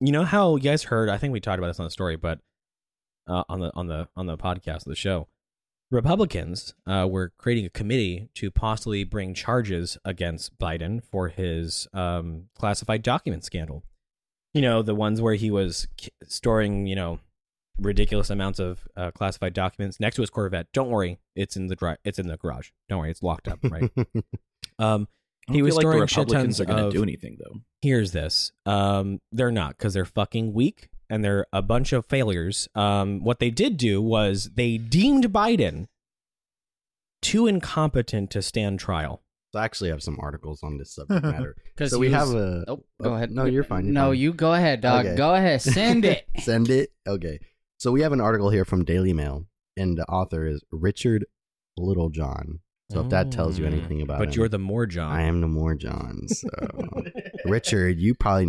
[SPEAKER 2] you know how you guys heard? I think we talked about this on the story, but uh, on the on the on the podcast of the show, Republicans uh, were creating a committee to possibly bring charges against Biden for his um, classified document scandal. You know, the ones where he was k- storing, you know, ridiculous amounts of uh, classified documents next to his Corvette. Don't worry, it's in the dri- it's in the garage. Don't worry, it's locked up, right? um,
[SPEAKER 1] I
[SPEAKER 2] He
[SPEAKER 1] don't
[SPEAKER 2] was
[SPEAKER 1] feel like
[SPEAKER 2] storing
[SPEAKER 1] the
[SPEAKER 2] shit
[SPEAKER 1] Republicans
[SPEAKER 2] tons
[SPEAKER 1] are gonna
[SPEAKER 2] of-
[SPEAKER 1] do anything though.
[SPEAKER 2] here's this. Um, they're not because they're fucking weak and they're a bunch of failures. Um, what they did do was they deemed Biden too incompetent to stand trial.
[SPEAKER 7] So I actually have some articles on this subject matter.
[SPEAKER 4] 'Cause
[SPEAKER 7] so
[SPEAKER 4] he
[SPEAKER 7] we
[SPEAKER 4] was-
[SPEAKER 7] have a.
[SPEAKER 4] Oh, go
[SPEAKER 7] oh,
[SPEAKER 4] ahead.
[SPEAKER 7] no, you're fine, you're
[SPEAKER 4] no,
[SPEAKER 7] fine.
[SPEAKER 4] you go ahead, dog.
[SPEAKER 7] Okay.
[SPEAKER 4] Go ahead. Send it.
[SPEAKER 7] Send it. Okay. So we have an article here from Daily Mail, and the author is Richard Littlejohn. So if that tells you
[SPEAKER 2] Mm.
[SPEAKER 7] anything about
[SPEAKER 2] but
[SPEAKER 7] him,
[SPEAKER 2] you're the more John.
[SPEAKER 7] I am no more John. So Richard, you
[SPEAKER 8] I'm
[SPEAKER 7] probably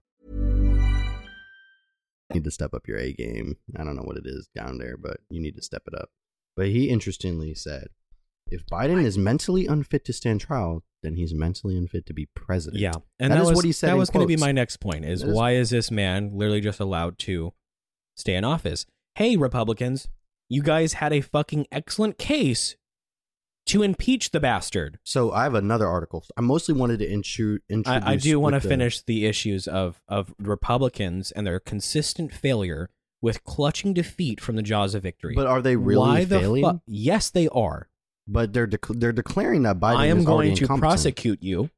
[SPEAKER 7] You need to step up your A game. I don't know what it is down there, but you need to step it up. But he interestingly said, if Biden is mentally unfit to stand trial, then he's mentally unfit to be president.
[SPEAKER 2] Yeah, and
[SPEAKER 7] That
[SPEAKER 2] that,
[SPEAKER 7] is
[SPEAKER 2] was,
[SPEAKER 7] what he said
[SPEAKER 2] That
[SPEAKER 7] in
[SPEAKER 2] was going to be
[SPEAKER 7] quotes.
[SPEAKER 2] my next point: is
[SPEAKER 7] That is-
[SPEAKER 2] why is this man literally just allowed to stay in office? Hey, Republicans, you guys had a fucking excellent case to impeach the bastard.
[SPEAKER 7] So I have another article. I mostly wanted to intru- introduce.
[SPEAKER 2] I, I do want to
[SPEAKER 7] with the-
[SPEAKER 2] finish the issues of of Republicans and their consistent failure with clutching defeat from the jaws of victory.
[SPEAKER 7] But are they really
[SPEAKER 2] why
[SPEAKER 7] failing?
[SPEAKER 2] The fu- yes, they are.
[SPEAKER 7] But they're dec they're declaring that Biden.
[SPEAKER 2] I am
[SPEAKER 7] is already
[SPEAKER 2] going to
[SPEAKER 7] incompetent.
[SPEAKER 2] prosecute you.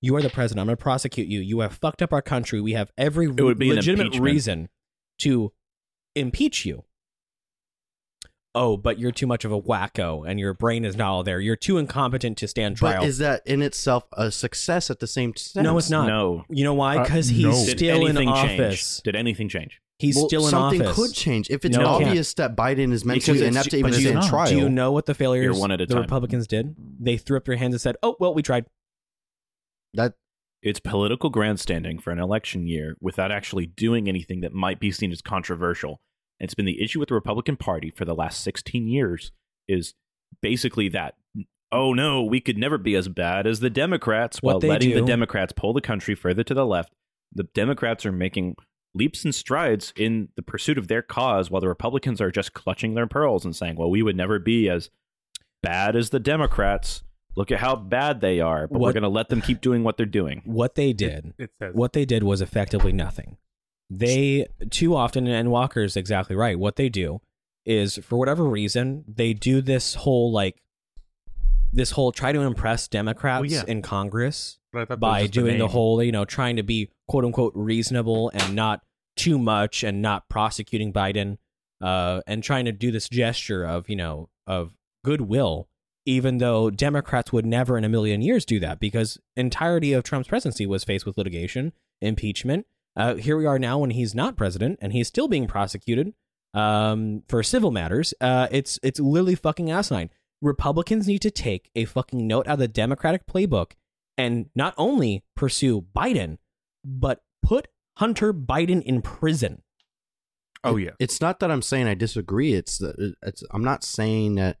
[SPEAKER 2] You are the president. I'm going to prosecute you. You have fucked up our country. We have every
[SPEAKER 1] It would be an
[SPEAKER 2] legitimate
[SPEAKER 1] impeachment.
[SPEAKER 2] reason to impeach you. Oh, but you're too much of a wacko, and your brain is not all there. You're too incompetent to stand trial.
[SPEAKER 7] But is that in itself a success at the same time?
[SPEAKER 2] no, it's not.
[SPEAKER 1] No.
[SPEAKER 2] You know why?
[SPEAKER 3] Uh,
[SPEAKER 2] Because
[SPEAKER 3] no.
[SPEAKER 2] he's
[SPEAKER 1] Did
[SPEAKER 2] still in
[SPEAKER 1] anything
[SPEAKER 2] office.
[SPEAKER 1] Change? Did anything change?
[SPEAKER 2] He's still in
[SPEAKER 7] something
[SPEAKER 2] office.
[SPEAKER 7] could change if it's
[SPEAKER 2] No, it can't.
[SPEAKER 7] obvious that Biden is
[SPEAKER 1] Because
[SPEAKER 7] mentally
[SPEAKER 1] it's-
[SPEAKER 7] inept to
[SPEAKER 1] but
[SPEAKER 7] even
[SPEAKER 1] do you-
[SPEAKER 7] stand
[SPEAKER 1] do
[SPEAKER 7] trial.
[SPEAKER 2] Do you know what the failures
[SPEAKER 1] You're one at a
[SPEAKER 2] the
[SPEAKER 1] time.
[SPEAKER 2] Republicans did? They threw up their hands and said, "Oh well, we tried."
[SPEAKER 7] that
[SPEAKER 1] It's political grandstanding for an election year without actually doing anything that might be seen as controversial. And it's been the issue with the Republican Party for the last 16 years is basically that oh no, we could never be as bad as the Democrats
[SPEAKER 2] What
[SPEAKER 1] while
[SPEAKER 2] they
[SPEAKER 1] letting
[SPEAKER 2] do-
[SPEAKER 1] the Democrats pull the country further to the left. The Democrats are making leaps and strides in the pursuit of their cause while the Republicans are just clutching their pearls and saying, "Well, we would never be as bad as the Democrats. Look at how bad they are, but we're
[SPEAKER 2] What-
[SPEAKER 1] going to let them keep doing what they're doing."
[SPEAKER 2] What they did,
[SPEAKER 3] It says
[SPEAKER 2] what they did was effectively nothing. They too often, and Walker's exactly right. What they do is, for whatever reason, they do this whole like this whole try to impress Democrats
[SPEAKER 3] Well, Oh, yeah.
[SPEAKER 2] in Congress
[SPEAKER 3] But I thought that was
[SPEAKER 2] by
[SPEAKER 3] just the
[SPEAKER 2] doing the
[SPEAKER 3] name.
[SPEAKER 2] whole, you know, trying to be quote unquote reasonable and not too much and not prosecuting Biden uh, and trying to do this gesture of, you know, of goodwill, even though Democrats would never in a million years do that because entirety of Trump's presidency was faced with litigation, impeachment. Uh, here we are now when he's not president and he's still being prosecuted um, for civil matters. Uh, it's it's literally fucking asinine. Republicans need to take a fucking note out of the Democratic playbook and not only pursue Biden, but put Hunter Biden in prison.
[SPEAKER 3] Oh yeah.
[SPEAKER 7] it's not that I'm saying I disagree. It's that it's I'm not saying that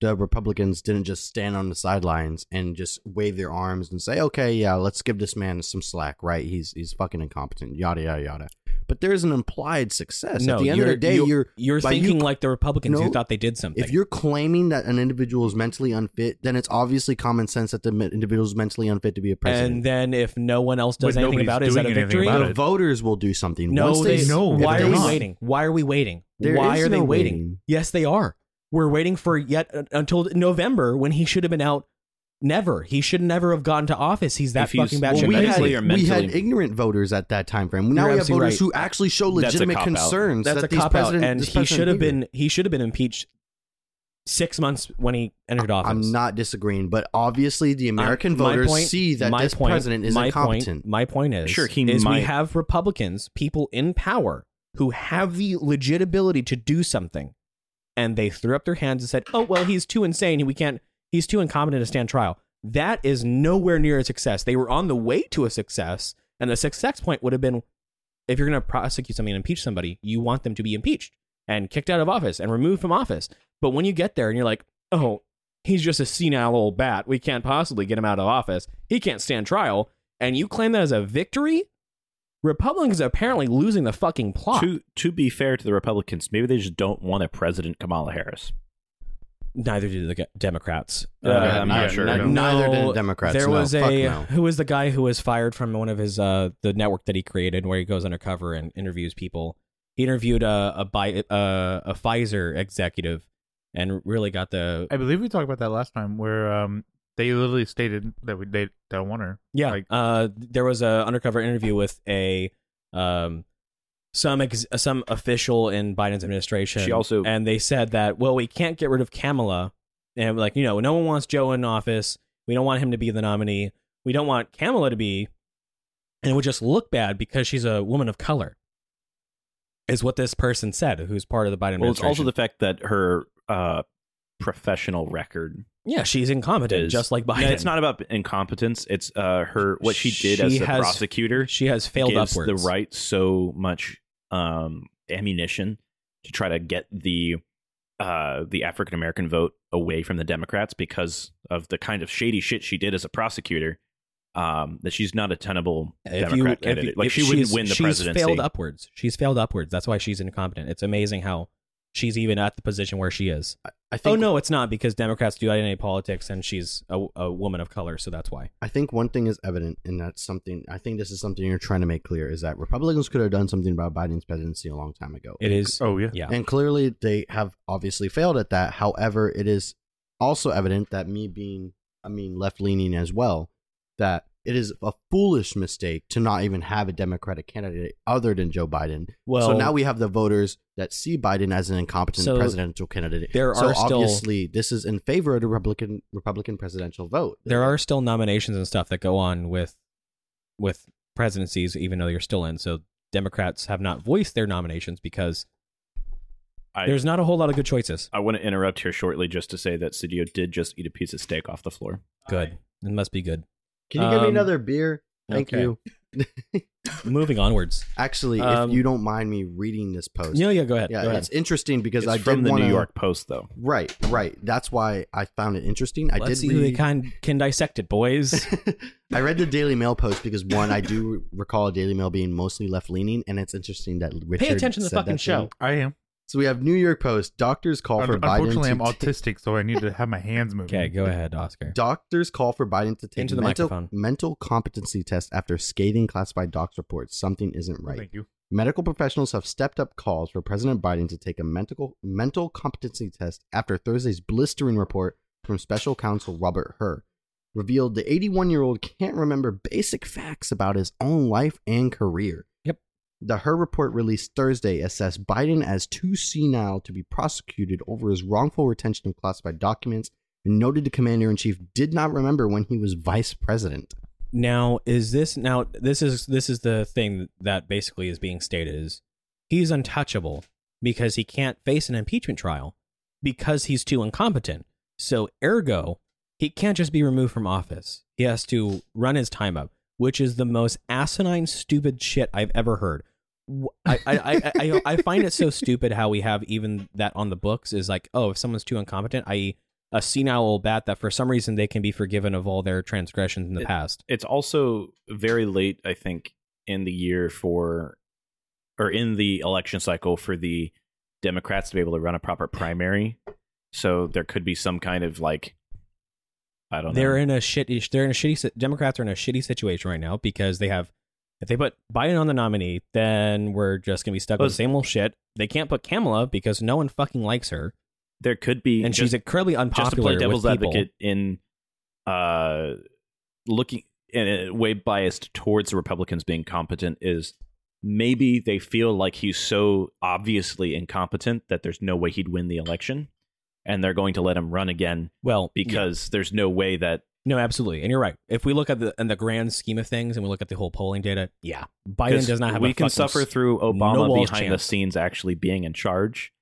[SPEAKER 7] the Republicans didn't just stand on the sidelines and just wave their arms and say, "Okay, yeah, let's give this man some slack." Right? He's he's fucking incompetent. Yada yada yada. But there's an implied success. At the end of the
[SPEAKER 2] you're-
[SPEAKER 7] day,
[SPEAKER 2] you're
[SPEAKER 7] you're
[SPEAKER 2] you're
[SPEAKER 7] by you
[SPEAKER 2] thinking like the Republicans
[SPEAKER 7] No,
[SPEAKER 2] who thought they did something.
[SPEAKER 7] If you're claiming that an individual is mentally unfit, then it's obviously common sense that the mi- individual is mentally unfit to be a president.
[SPEAKER 2] and then if no one else does
[SPEAKER 3] But
[SPEAKER 2] anything
[SPEAKER 3] nobody's
[SPEAKER 2] about it, is that a
[SPEAKER 3] doing anything
[SPEAKER 2] victory?
[SPEAKER 3] about
[SPEAKER 7] the
[SPEAKER 3] it.
[SPEAKER 7] voters will do something.
[SPEAKER 2] No,
[SPEAKER 7] Once
[SPEAKER 2] they,
[SPEAKER 7] if
[SPEAKER 3] No,
[SPEAKER 2] Why
[SPEAKER 3] they're
[SPEAKER 2] are we
[SPEAKER 3] not.
[SPEAKER 2] waiting? Why are we waiting?
[SPEAKER 7] There
[SPEAKER 2] why
[SPEAKER 7] is
[SPEAKER 2] are they
[SPEAKER 7] no
[SPEAKER 2] waiting?
[SPEAKER 7] waiting.
[SPEAKER 2] Yes, they are. We're waiting for yet uh, until November when he should have been out. Never. He should never have gotten to office. He's that
[SPEAKER 1] If he's-
[SPEAKER 2] fucking bad.
[SPEAKER 1] well,
[SPEAKER 2] shit.
[SPEAKER 7] we
[SPEAKER 1] Genetically
[SPEAKER 7] had,
[SPEAKER 1] or
[SPEAKER 7] we had
[SPEAKER 1] mentally.
[SPEAKER 7] ignorant voters at that time frame. Now
[SPEAKER 2] You're
[SPEAKER 7] we have
[SPEAKER 2] absolutely
[SPEAKER 7] voters
[SPEAKER 2] right.
[SPEAKER 7] who actually show
[SPEAKER 1] That's a
[SPEAKER 7] legitimate
[SPEAKER 1] cop-out.
[SPEAKER 7] concerns
[SPEAKER 2] That's
[SPEAKER 7] that
[SPEAKER 2] a
[SPEAKER 7] these
[SPEAKER 2] cop out,
[SPEAKER 7] president
[SPEAKER 2] and
[SPEAKER 7] this
[SPEAKER 2] he should
[SPEAKER 7] president
[SPEAKER 2] have
[SPEAKER 7] did.
[SPEAKER 2] been he should have been impeached six months when he entered office.
[SPEAKER 7] I'm not disagreeing, but obviously the
[SPEAKER 2] I- my
[SPEAKER 7] American voters
[SPEAKER 2] point-
[SPEAKER 7] see that
[SPEAKER 2] my
[SPEAKER 7] this
[SPEAKER 2] point-
[SPEAKER 7] president is
[SPEAKER 2] my
[SPEAKER 7] incompetent.
[SPEAKER 2] Point, my point is,
[SPEAKER 1] Sure, he
[SPEAKER 2] is we
[SPEAKER 1] might-
[SPEAKER 2] have Republicans, people in power, who have the legitibility to do something, and they threw up their hands and said, "Oh well, he's too insane. We can't. He's too incompetent to stand trial." That is nowhere near a success. They were on the way to a success, and the success point would have been if you're going to prosecute somebody and impeach somebody, you want them to be impeached and kicked out of office and removed from office. But when you get there and you're like, oh, he's just a senile old bat. We can't possibly get him out of office. He can't stand trial. And you claim that as a victory? Republicans are apparently losing the fucking plot.
[SPEAKER 1] To to be fair to the Republicans, maybe they just don't want a president Kamala Harris.
[SPEAKER 2] Neither do the Democrats.
[SPEAKER 1] Uh, I'm not
[SPEAKER 2] yeah,
[SPEAKER 1] sure.
[SPEAKER 2] no-
[SPEAKER 7] Neither
[SPEAKER 2] no,
[SPEAKER 7] did the Democrats,
[SPEAKER 2] There
[SPEAKER 7] no.
[SPEAKER 2] was
[SPEAKER 7] Fuck
[SPEAKER 2] a
[SPEAKER 7] no.
[SPEAKER 2] who was the guy who was fired from one of his uh the network that he created where he goes undercover and interviews people. He interviewed a a, Bi- uh, a Pfizer executive and really got the
[SPEAKER 3] I believe we talked about that last time, where um they literally stated that we they don't want her.
[SPEAKER 2] Yeah.
[SPEAKER 3] Like,
[SPEAKER 2] uh, there was a undercover interview with a um some ex- some official in Biden's administration.
[SPEAKER 1] She also-
[SPEAKER 2] and they said that well we can't get rid of Kamala and like you know no one wants Joe in office. We don't want him to be the nominee. We don't want Kamala to be, and it would just look bad because she's a woman of color. Is what this person said, who's part of the Biden
[SPEAKER 1] Well, it's
[SPEAKER 2] administration.
[SPEAKER 1] also the fact that her uh, professional record
[SPEAKER 2] yeah, she's incompetent,
[SPEAKER 1] is
[SPEAKER 2] just like Biden.
[SPEAKER 1] No, it's not about incompetence. It's uh, her what she did
[SPEAKER 2] She
[SPEAKER 1] as a
[SPEAKER 2] has-
[SPEAKER 1] prosecutor.
[SPEAKER 2] She has failed
[SPEAKER 1] gives
[SPEAKER 2] upwards.
[SPEAKER 1] the right so much um, ammunition to try to get the uh, the African American vote away from the Democrats because of the kind of shady shit she did as a prosecutor. Um, that she's not a tenable
[SPEAKER 2] if you,
[SPEAKER 1] Democrat
[SPEAKER 2] if,
[SPEAKER 1] candidate. like
[SPEAKER 2] if
[SPEAKER 1] she wouldn't
[SPEAKER 2] she's-
[SPEAKER 1] win the
[SPEAKER 2] she's
[SPEAKER 1] presidency.
[SPEAKER 2] failed upwards. She's failed upwards. That's why she's incompetent. It's amazing how she's even at the position where she is.
[SPEAKER 7] I think
[SPEAKER 2] Oh no, it's not because Democrats do identity politics, and she's a, a woman of color, so that's why.
[SPEAKER 7] I think one thing is evident, and that's something I think this is something you're trying to make clear is that Republicans could have done something about Biden's presidency a long time ago.
[SPEAKER 2] It is.
[SPEAKER 3] oh yeah.
[SPEAKER 2] Yeah.
[SPEAKER 7] And clearly they have obviously failed at that. However, it is also evident that me being, I mean, left leaning as well, that it is a foolish mistake to not even have a Democratic candidate other than Joe Biden. so
[SPEAKER 2] Well-
[SPEAKER 7] now we have the voters that see Biden as an incompetent
[SPEAKER 2] So
[SPEAKER 7] presidential candidate.
[SPEAKER 2] there
[SPEAKER 7] so
[SPEAKER 2] are still-
[SPEAKER 7] obviously this is in favor of the Republican Republican presidential vote.
[SPEAKER 2] There are still nominations and stuff that go on with with presidencies, even though you're still in. So Democrats have not voiced their nominations because
[SPEAKER 1] I-
[SPEAKER 2] there's not a whole lot of good choices.
[SPEAKER 1] I want to interrupt here shortly just to say that Sidio did just eat a piece of steak off the floor.
[SPEAKER 2] Good. It must be good.
[SPEAKER 7] Can you give me
[SPEAKER 2] Um,
[SPEAKER 7] another beer? Thank
[SPEAKER 2] okay.
[SPEAKER 7] you.
[SPEAKER 2] Moving onwards.
[SPEAKER 7] Actually,
[SPEAKER 2] Um,
[SPEAKER 7] if you don't mind me reading this post.
[SPEAKER 2] No, yeah, go ahead.
[SPEAKER 7] Yeah,
[SPEAKER 2] go ahead.
[SPEAKER 7] it's interesting because
[SPEAKER 1] It's
[SPEAKER 7] I
[SPEAKER 1] from
[SPEAKER 7] did
[SPEAKER 1] the
[SPEAKER 7] wanna,
[SPEAKER 1] New York Post, though.
[SPEAKER 7] Right, right. That's why I found it interesting. I
[SPEAKER 2] Let's see
[SPEAKER 7] did
[SPEAKER 2] who they
[SPEAKER 7] read.
[SPEAKER 2] can, can dissect it, boys.
[SPEAKER 7] I read the Daily Mail post because one, I do recall Daily Mail being mostly left leaning, and it's interesting that Richard.
[SPEAKER 2] attention to the
[SPEAKER 7] said
[SPEAKER 2] fucking
[SPEAKER 7] that
[SPEAKER 2] show.
[SPEAKER 7] thing.
[SPEAKER 3] I am.
[SPEAKER 7] So we have New York Post. Doctors call for
[SPEAKER 3] Un-
[SPEAKER 7] Biden.
[SPEAKER 3] unfortunately,
[SPEAKER 7] to
[SPEAKER 3] I'm
[SPEAKER 7] ta-
[SPEAKER 3] autistic, so I need to have my hands moving.
[SPEAKER 2] okay, go ahead, Oscar.
[SPEAKER 7] Doctors call for Biden to take
[SPEAKER 2] Into the
[SPEAKER 7] mental,
[SPEAKER 2] microphone.
[SPEAKER 7] mental competency test after scathing classified docs reports. Something isn't
[SPEAKER 3] Oh,
[SPEAKER 7] right.
[SPEAKER 3] Thank you.
[SPEAKER 7] Medical professionals have stepped up calls for President Biden to take a mental mental competency test after Thursday's blistering report from special counsel Robert Herr revealed the 81-year-old can't remember basic facts about his own life and career.
[SPEAKER 2] Yep.
[SPEAKER 7] The Herr report released Thursday assessed Biden as too senile to be prosecuted over his wrongful retention of classified documents and noted the commander in chief did not remember when he was vice president.
[SPEAKER 2] Now, is this now this is this is the thing that basically is being stated is he's untouchable because he can't face an impeachment trial because he's too incompetent. So ergo, he can't just be removed from office. He has to run his time up, which is the most asinine stupid shit I've ever heard. Wh- I, I, I, I, I find it so stupid how we have even that on the books is like, oh, if someone's too incompetent, i.e., a senile old bat that for some reason they can be forgiven of all their transgressions in the
[SPEAKER 1] It-
[SPEAKER 2] past.
[SPEAKER 1] It's also very late, I think, in the year for, or in the election cycle for the Democrats to be able to run a proper primary. So there could be some kind of like, I don't
[SPEAKER 2] they're
[SPEAKER 1] know.
[SPEAKER 2] in a shitty they're in a shitty si- democrats are in a shitty situation right now because they have if they put biden on the nominee then we're just gonna be stuck with
[SPEAKER 1] Well,
[SPEAKER 2] the same old shit they can't put kamala because no one fucking likes her
[SPEAKER 1] there could be,
[SPEAKER 2] and she's
[SPEAKER 1] just,
[SPEAKER 2] incredibly
[SPEAKER 1] just to
[SPEAKER 2] unpopular
[SPEAKER 1] play devil's
[SPEAKER 2] with people.
[SPEAKER 1] advocate in, uh, looking in a way biased towards the Republicans being competent is maybe they feel like he's so obviously incompetent that there's no way he'd win the election, and they're going to let him run again
[SPEAKER 2] well yeah.
[SPEAKER 1] because there's no way that
[SPEAKER 2] no absolutely and you're right if we look at the in the grand scheme of things and we look at the whole polling data yeah biden
[SPEAKER 1] 'cause
[SPEAKER 2] does not have
[SPEAKER 1] we
[SPEAKER 2] a
[SPEAKER 1] can
[SPEAKER 2] fucking
[SPEAKER 1] suffer
[SPEAKER 2] s-
[SPEAKER 1] through Obama
[SPEAKER 2] no walls
[SPEAKER 1] behind the
[SPEAKER 2] chance.
[SPEAKER 1] scenes actually being in charge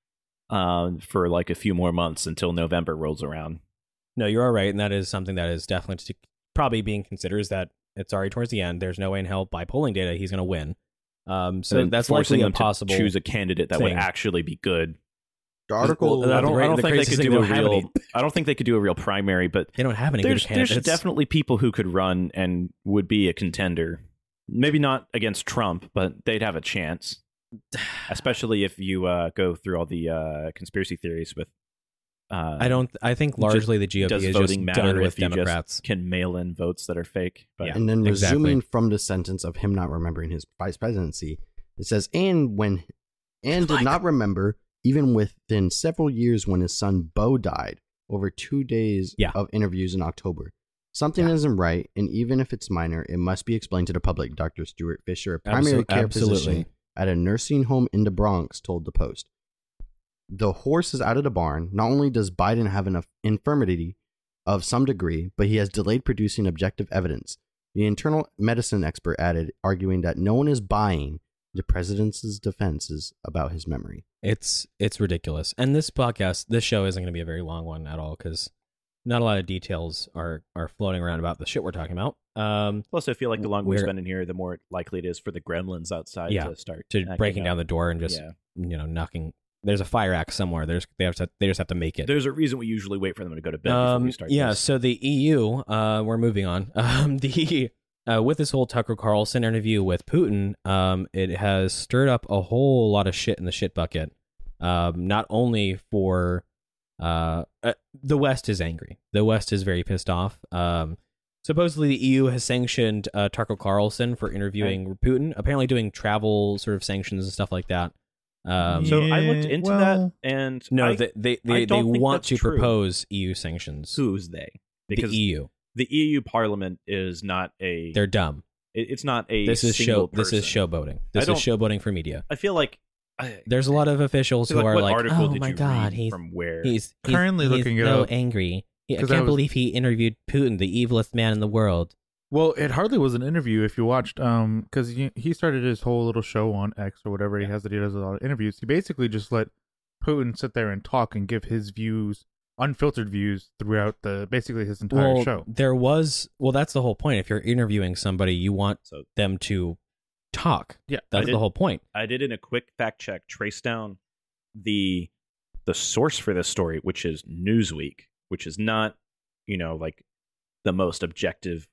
[SPEAKER 1] um, for like a few more months until November rolls around.
[SPEAKER 2] No, you're all right, and that is something that is definitely to, probably being considered is that it's already towards the end. There's no way in hell by polling data he's going to win. Um, so
[SPEAKER 1] And then
[SPEAKER 2] that's
[SPEAKER 1] forcing
[SPEAKER 2] likely
[SPEAKER 1] them to
[SPEAKER 2] impossible.
[SPEAKER 1] Choose a candidate that would
[SPEAKER 2] thing.
[SPEAKER 1] actually be good.
[SPEAKER 7] The article
[SPEAKER 2] Well,
[SPEAKER 1] I don't, I
[SPEAKER 2] the
[SPEAKER 1] don't
[SPEAKER 2] great- the
[SPEAKER 1] think
[SPEAKER 2] craziest
[SPEAKER 1] they could
[SPEAKER 2] thing,
[SPEAKER 1] do a
[SPEAKER 2] they don't have
[SPEAKER 1] real. I don't think they could do a real primary, but
[SPEAKER 2] they don't have any good
[SPEAKER 1] there's there's
[SPEAKER 2] candidates.
[SPEAKER 1] definitely people who could run and would be a contender. Maybe not against Trump, but they'd have a chance, especially if you uh, go through all the uh, conspiracy theories with. Uh,
[SPEAKER 2] I don't. I think
[SPEAKER 1] just-
[SPEAKER 2] largely the GOP
[SPEAKER 1] does
[SPEAKER 2] is
[SPEAKER 1] voting
[SPEAKER 2] just
[SPEAKER 1] matter
[SPEAKER 2] done
[SPEAKER 1] if
[SPEAKER 2] with
[SPEAKER 1] you just
[SPEAKER 2] Democrats.
[SPEAKER 1] can mail in votes that are fake. But
[SPEAKER 7] and then
[SPEAKER 2] exactly.
[SPEAKER 7] resuming from the sentence of him not remembering his vice presidency, it says, and when, and did not remember even within several years when his son Bo died over two days
[SPEAKER 2] Yeah.
[SPEAKER 7] of interviews in October. Something isn't right, and even if it's minor, it must be explained to the public. Dr. Stuart Fisher, a primary
[SPEAKER 2] Absol-
[SPEAKER 7] care
[SPEAKER 2] absolutely.
[SPEAKER 7] physician at a nursing home in the Bronx, told the Post. The horse is out of the barn. Not only does Biden have an inf- infirmity of some degree, but he has delayed producing objective evidence. The internal medicine expert added, arguing that no one is buying the president's defenses about his memory.
[SPEAKER 2] It's it's ridiculous. And this podcast, this show isn't going to be a very long one at all because not a lot of details are are floating around about the shit we're talking about. Um,
[SPEAKER 1] plus, I feel like the longer we
[SPEAKER 2] We're-
[SPEAKER 1] spend in here, the more likely it is for the gremlins outside
[SPEAKER 2] Yeah,
[SPEAKER 1] to start
[SPEAKER 2] to
[SPEAKER 1] acting
[SPEAKER 2] breaking
[SPEAKER 1] up.
[SPEAKER 2] down the door and just
[SPEAKER 1] Yeah.
[SPEAKER 2] you know knocking. There's a fire axe somewhere. There's they have to they just have to make it.
[SPEAKER 1] There's a reason we usually wait for them to go to bed before
[SPEAKER 2] Um,
[SPEAKER 1] we start.
[SPEAKER 2] yeah.
[SPEAKER 1] this.
[SPEAKER 2] So the EU, uh, we're moving on. Um, the uh, with this whole Tucker Carlson interview with Putin, um, it has stirred up a whole lot of shit in the shit bucket. Um, not only for uh, uh, the West is angry. The West is very pissed off. Um, supposedly the EU has sanctioned uh, Tucker Carlson for interviewing Putin. Apparently doing travel sort of sanctions and stuff like that. Um,
[SPEAKER 1] So I looked
[SPEAKER 3] Yeah,
[SPEAKER 1] into that,
[SPEAKER 3] well-
[SPEAKER 1] and
[SPEAKER 2] no,
[SPEAKER 1] I,
[SPEAKER 2] they they
[SPEAKER 1] I
[SPEAKER 2] they, they
[SPEAKER 1] don't think
[SPEAKER 2] want
[SPEAKER 1] that's
[SPEAKER 2] to
[SPEAKER 1] true.
[SPEAKER 2] propose EU sanctions.
[SPEAKER 1] who's they? Because
[SPEAKER 2] the E EU.
[SPEAKER 1] the EU Parliament is not a.
[SPEAKER 2] They're dumb.
[SPEAKER 1] it- it's not a.
[SPEAKER 2] This is show.
[SPEAKER 1] single
[SPEAKER 2] This is
[SPEAKER 1] person.
[SPEAKER 2] showboating.
[SPEAKER 1] I
[SPEAKER 2] This is
[SPEAKER 1] don't-
[SPEAKER 2] showboating for media.
[SPEAKER 1] I feel like I,
[SPEAKER 2] There's a lot of officials
[SPEAKER 1] so,
[SPEAKER 2] who
[SPEAKER 1] like,
[SPEAKER 2] are
[SPEAKER 1] what
[SPEAKER 2] like,
[SPEAKER 1] article
[SPEAKER 2] "Oh
[SPEAKER 1] did
[SPEAKER 2] my
[SPEAKER 1] you
[SPEAKER 2] god,
[SPEAKER 1] read
[SPEAKER 2] he's
[SPEAKER 1] from where?"
[SPEAKER 2] he's he's-
[SPEAKER 3] Currently
[SPEAKER 2] he's
[SPEAKER 3] looking it
[SPEAKER 2] so
[SPEAKER 3] up,
[SPEAKER 2] angry. He- I
[SPEAKER 3] 'cause
[SPEAKER 2] can't
[SPEAKER 3] I was-
[SPEAKER 2] believe he interviewed Putin, the evilest man in the world."
[SPEAKER 3] Well, it hardly was an interview if you watched, um, because he started his whole little show on X or whatever he has that he does a lot of interviews. He basically just let Putin sit there and talk and give his views, unfiltered views throughout the basically his entire
[SPEAKER 2] well,
[SPEAKER 3] show.
[SPEAKER 2] there was. Well, that's the whole point. If you're interviewing somebody, you want
[SPEAKER 1] So-
[SPEAKER 2] them to talk.
[SPEAKER 3] Yeah,
[SPEAKER 2] that's
[SPEAKER 1] I
[SPEAKER 2] the
[SPEAKER 1] did-
[SPEAKER 2] whole point.
[SPEAKER 1] I did in a quick fact check trace down the the source for this story, which is Newsweek, which is not you know like the most objective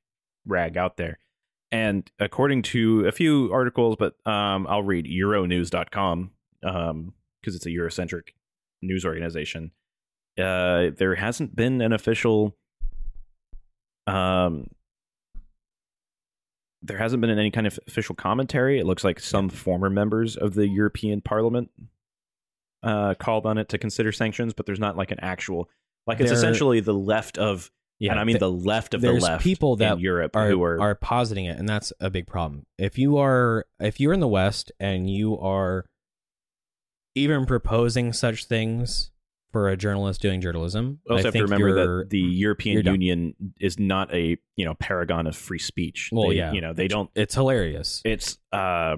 [SPEAKER 1] rag out there. And according to a few articles, but um, I'll read Euronews.com because um, it's a Eurocentric news organization. Uh, there hasn't been an official um, there hasn't been any kind of official commentary. It looks like some former members of the European Parliament uh, called on it to consider sanctions, but there's not like an actual like it's
[SPEAKER 2] There-
[SPEAKER 1] essentially the left of
[SPEAKER 2] Yeah,
[SPEAKER 1] and I mean
[SPEAKER 2] th-
[SPEAKER 1] the left of the
[SPEAKER 2] there's
[SPEAKER 1] left
[SPEAKER 2] people that
[SPEAKER 1] in Europe
[SPEAKER 2] are,
[SPEAKER 1] who are,
[SPEAKER 2] are positing it and that's a big problem if you are if you're in the west and you are even proposing such things for a journalist doing journalism
[SPEAKER 1] also
[SPEAKER 2] I
[SPEAKER 1] have to
[SPEAKER 2] think
[SPEAKER 1] remember
[SPEAKER 2] you're-
[SPEAKER 1] that the European
[SPEAKER 2] you're dumb.
[SPEAKER 1] Union is not a you know paragon of free speech.
[SPEAKER 2] Well,
[SPEAKER 1] They-
[SPEAKER 2] yeah.
[SPEAKER 1] you know they don't
[SPEAKER 2] it's hilarious
[SPEAKER 1] it's uh,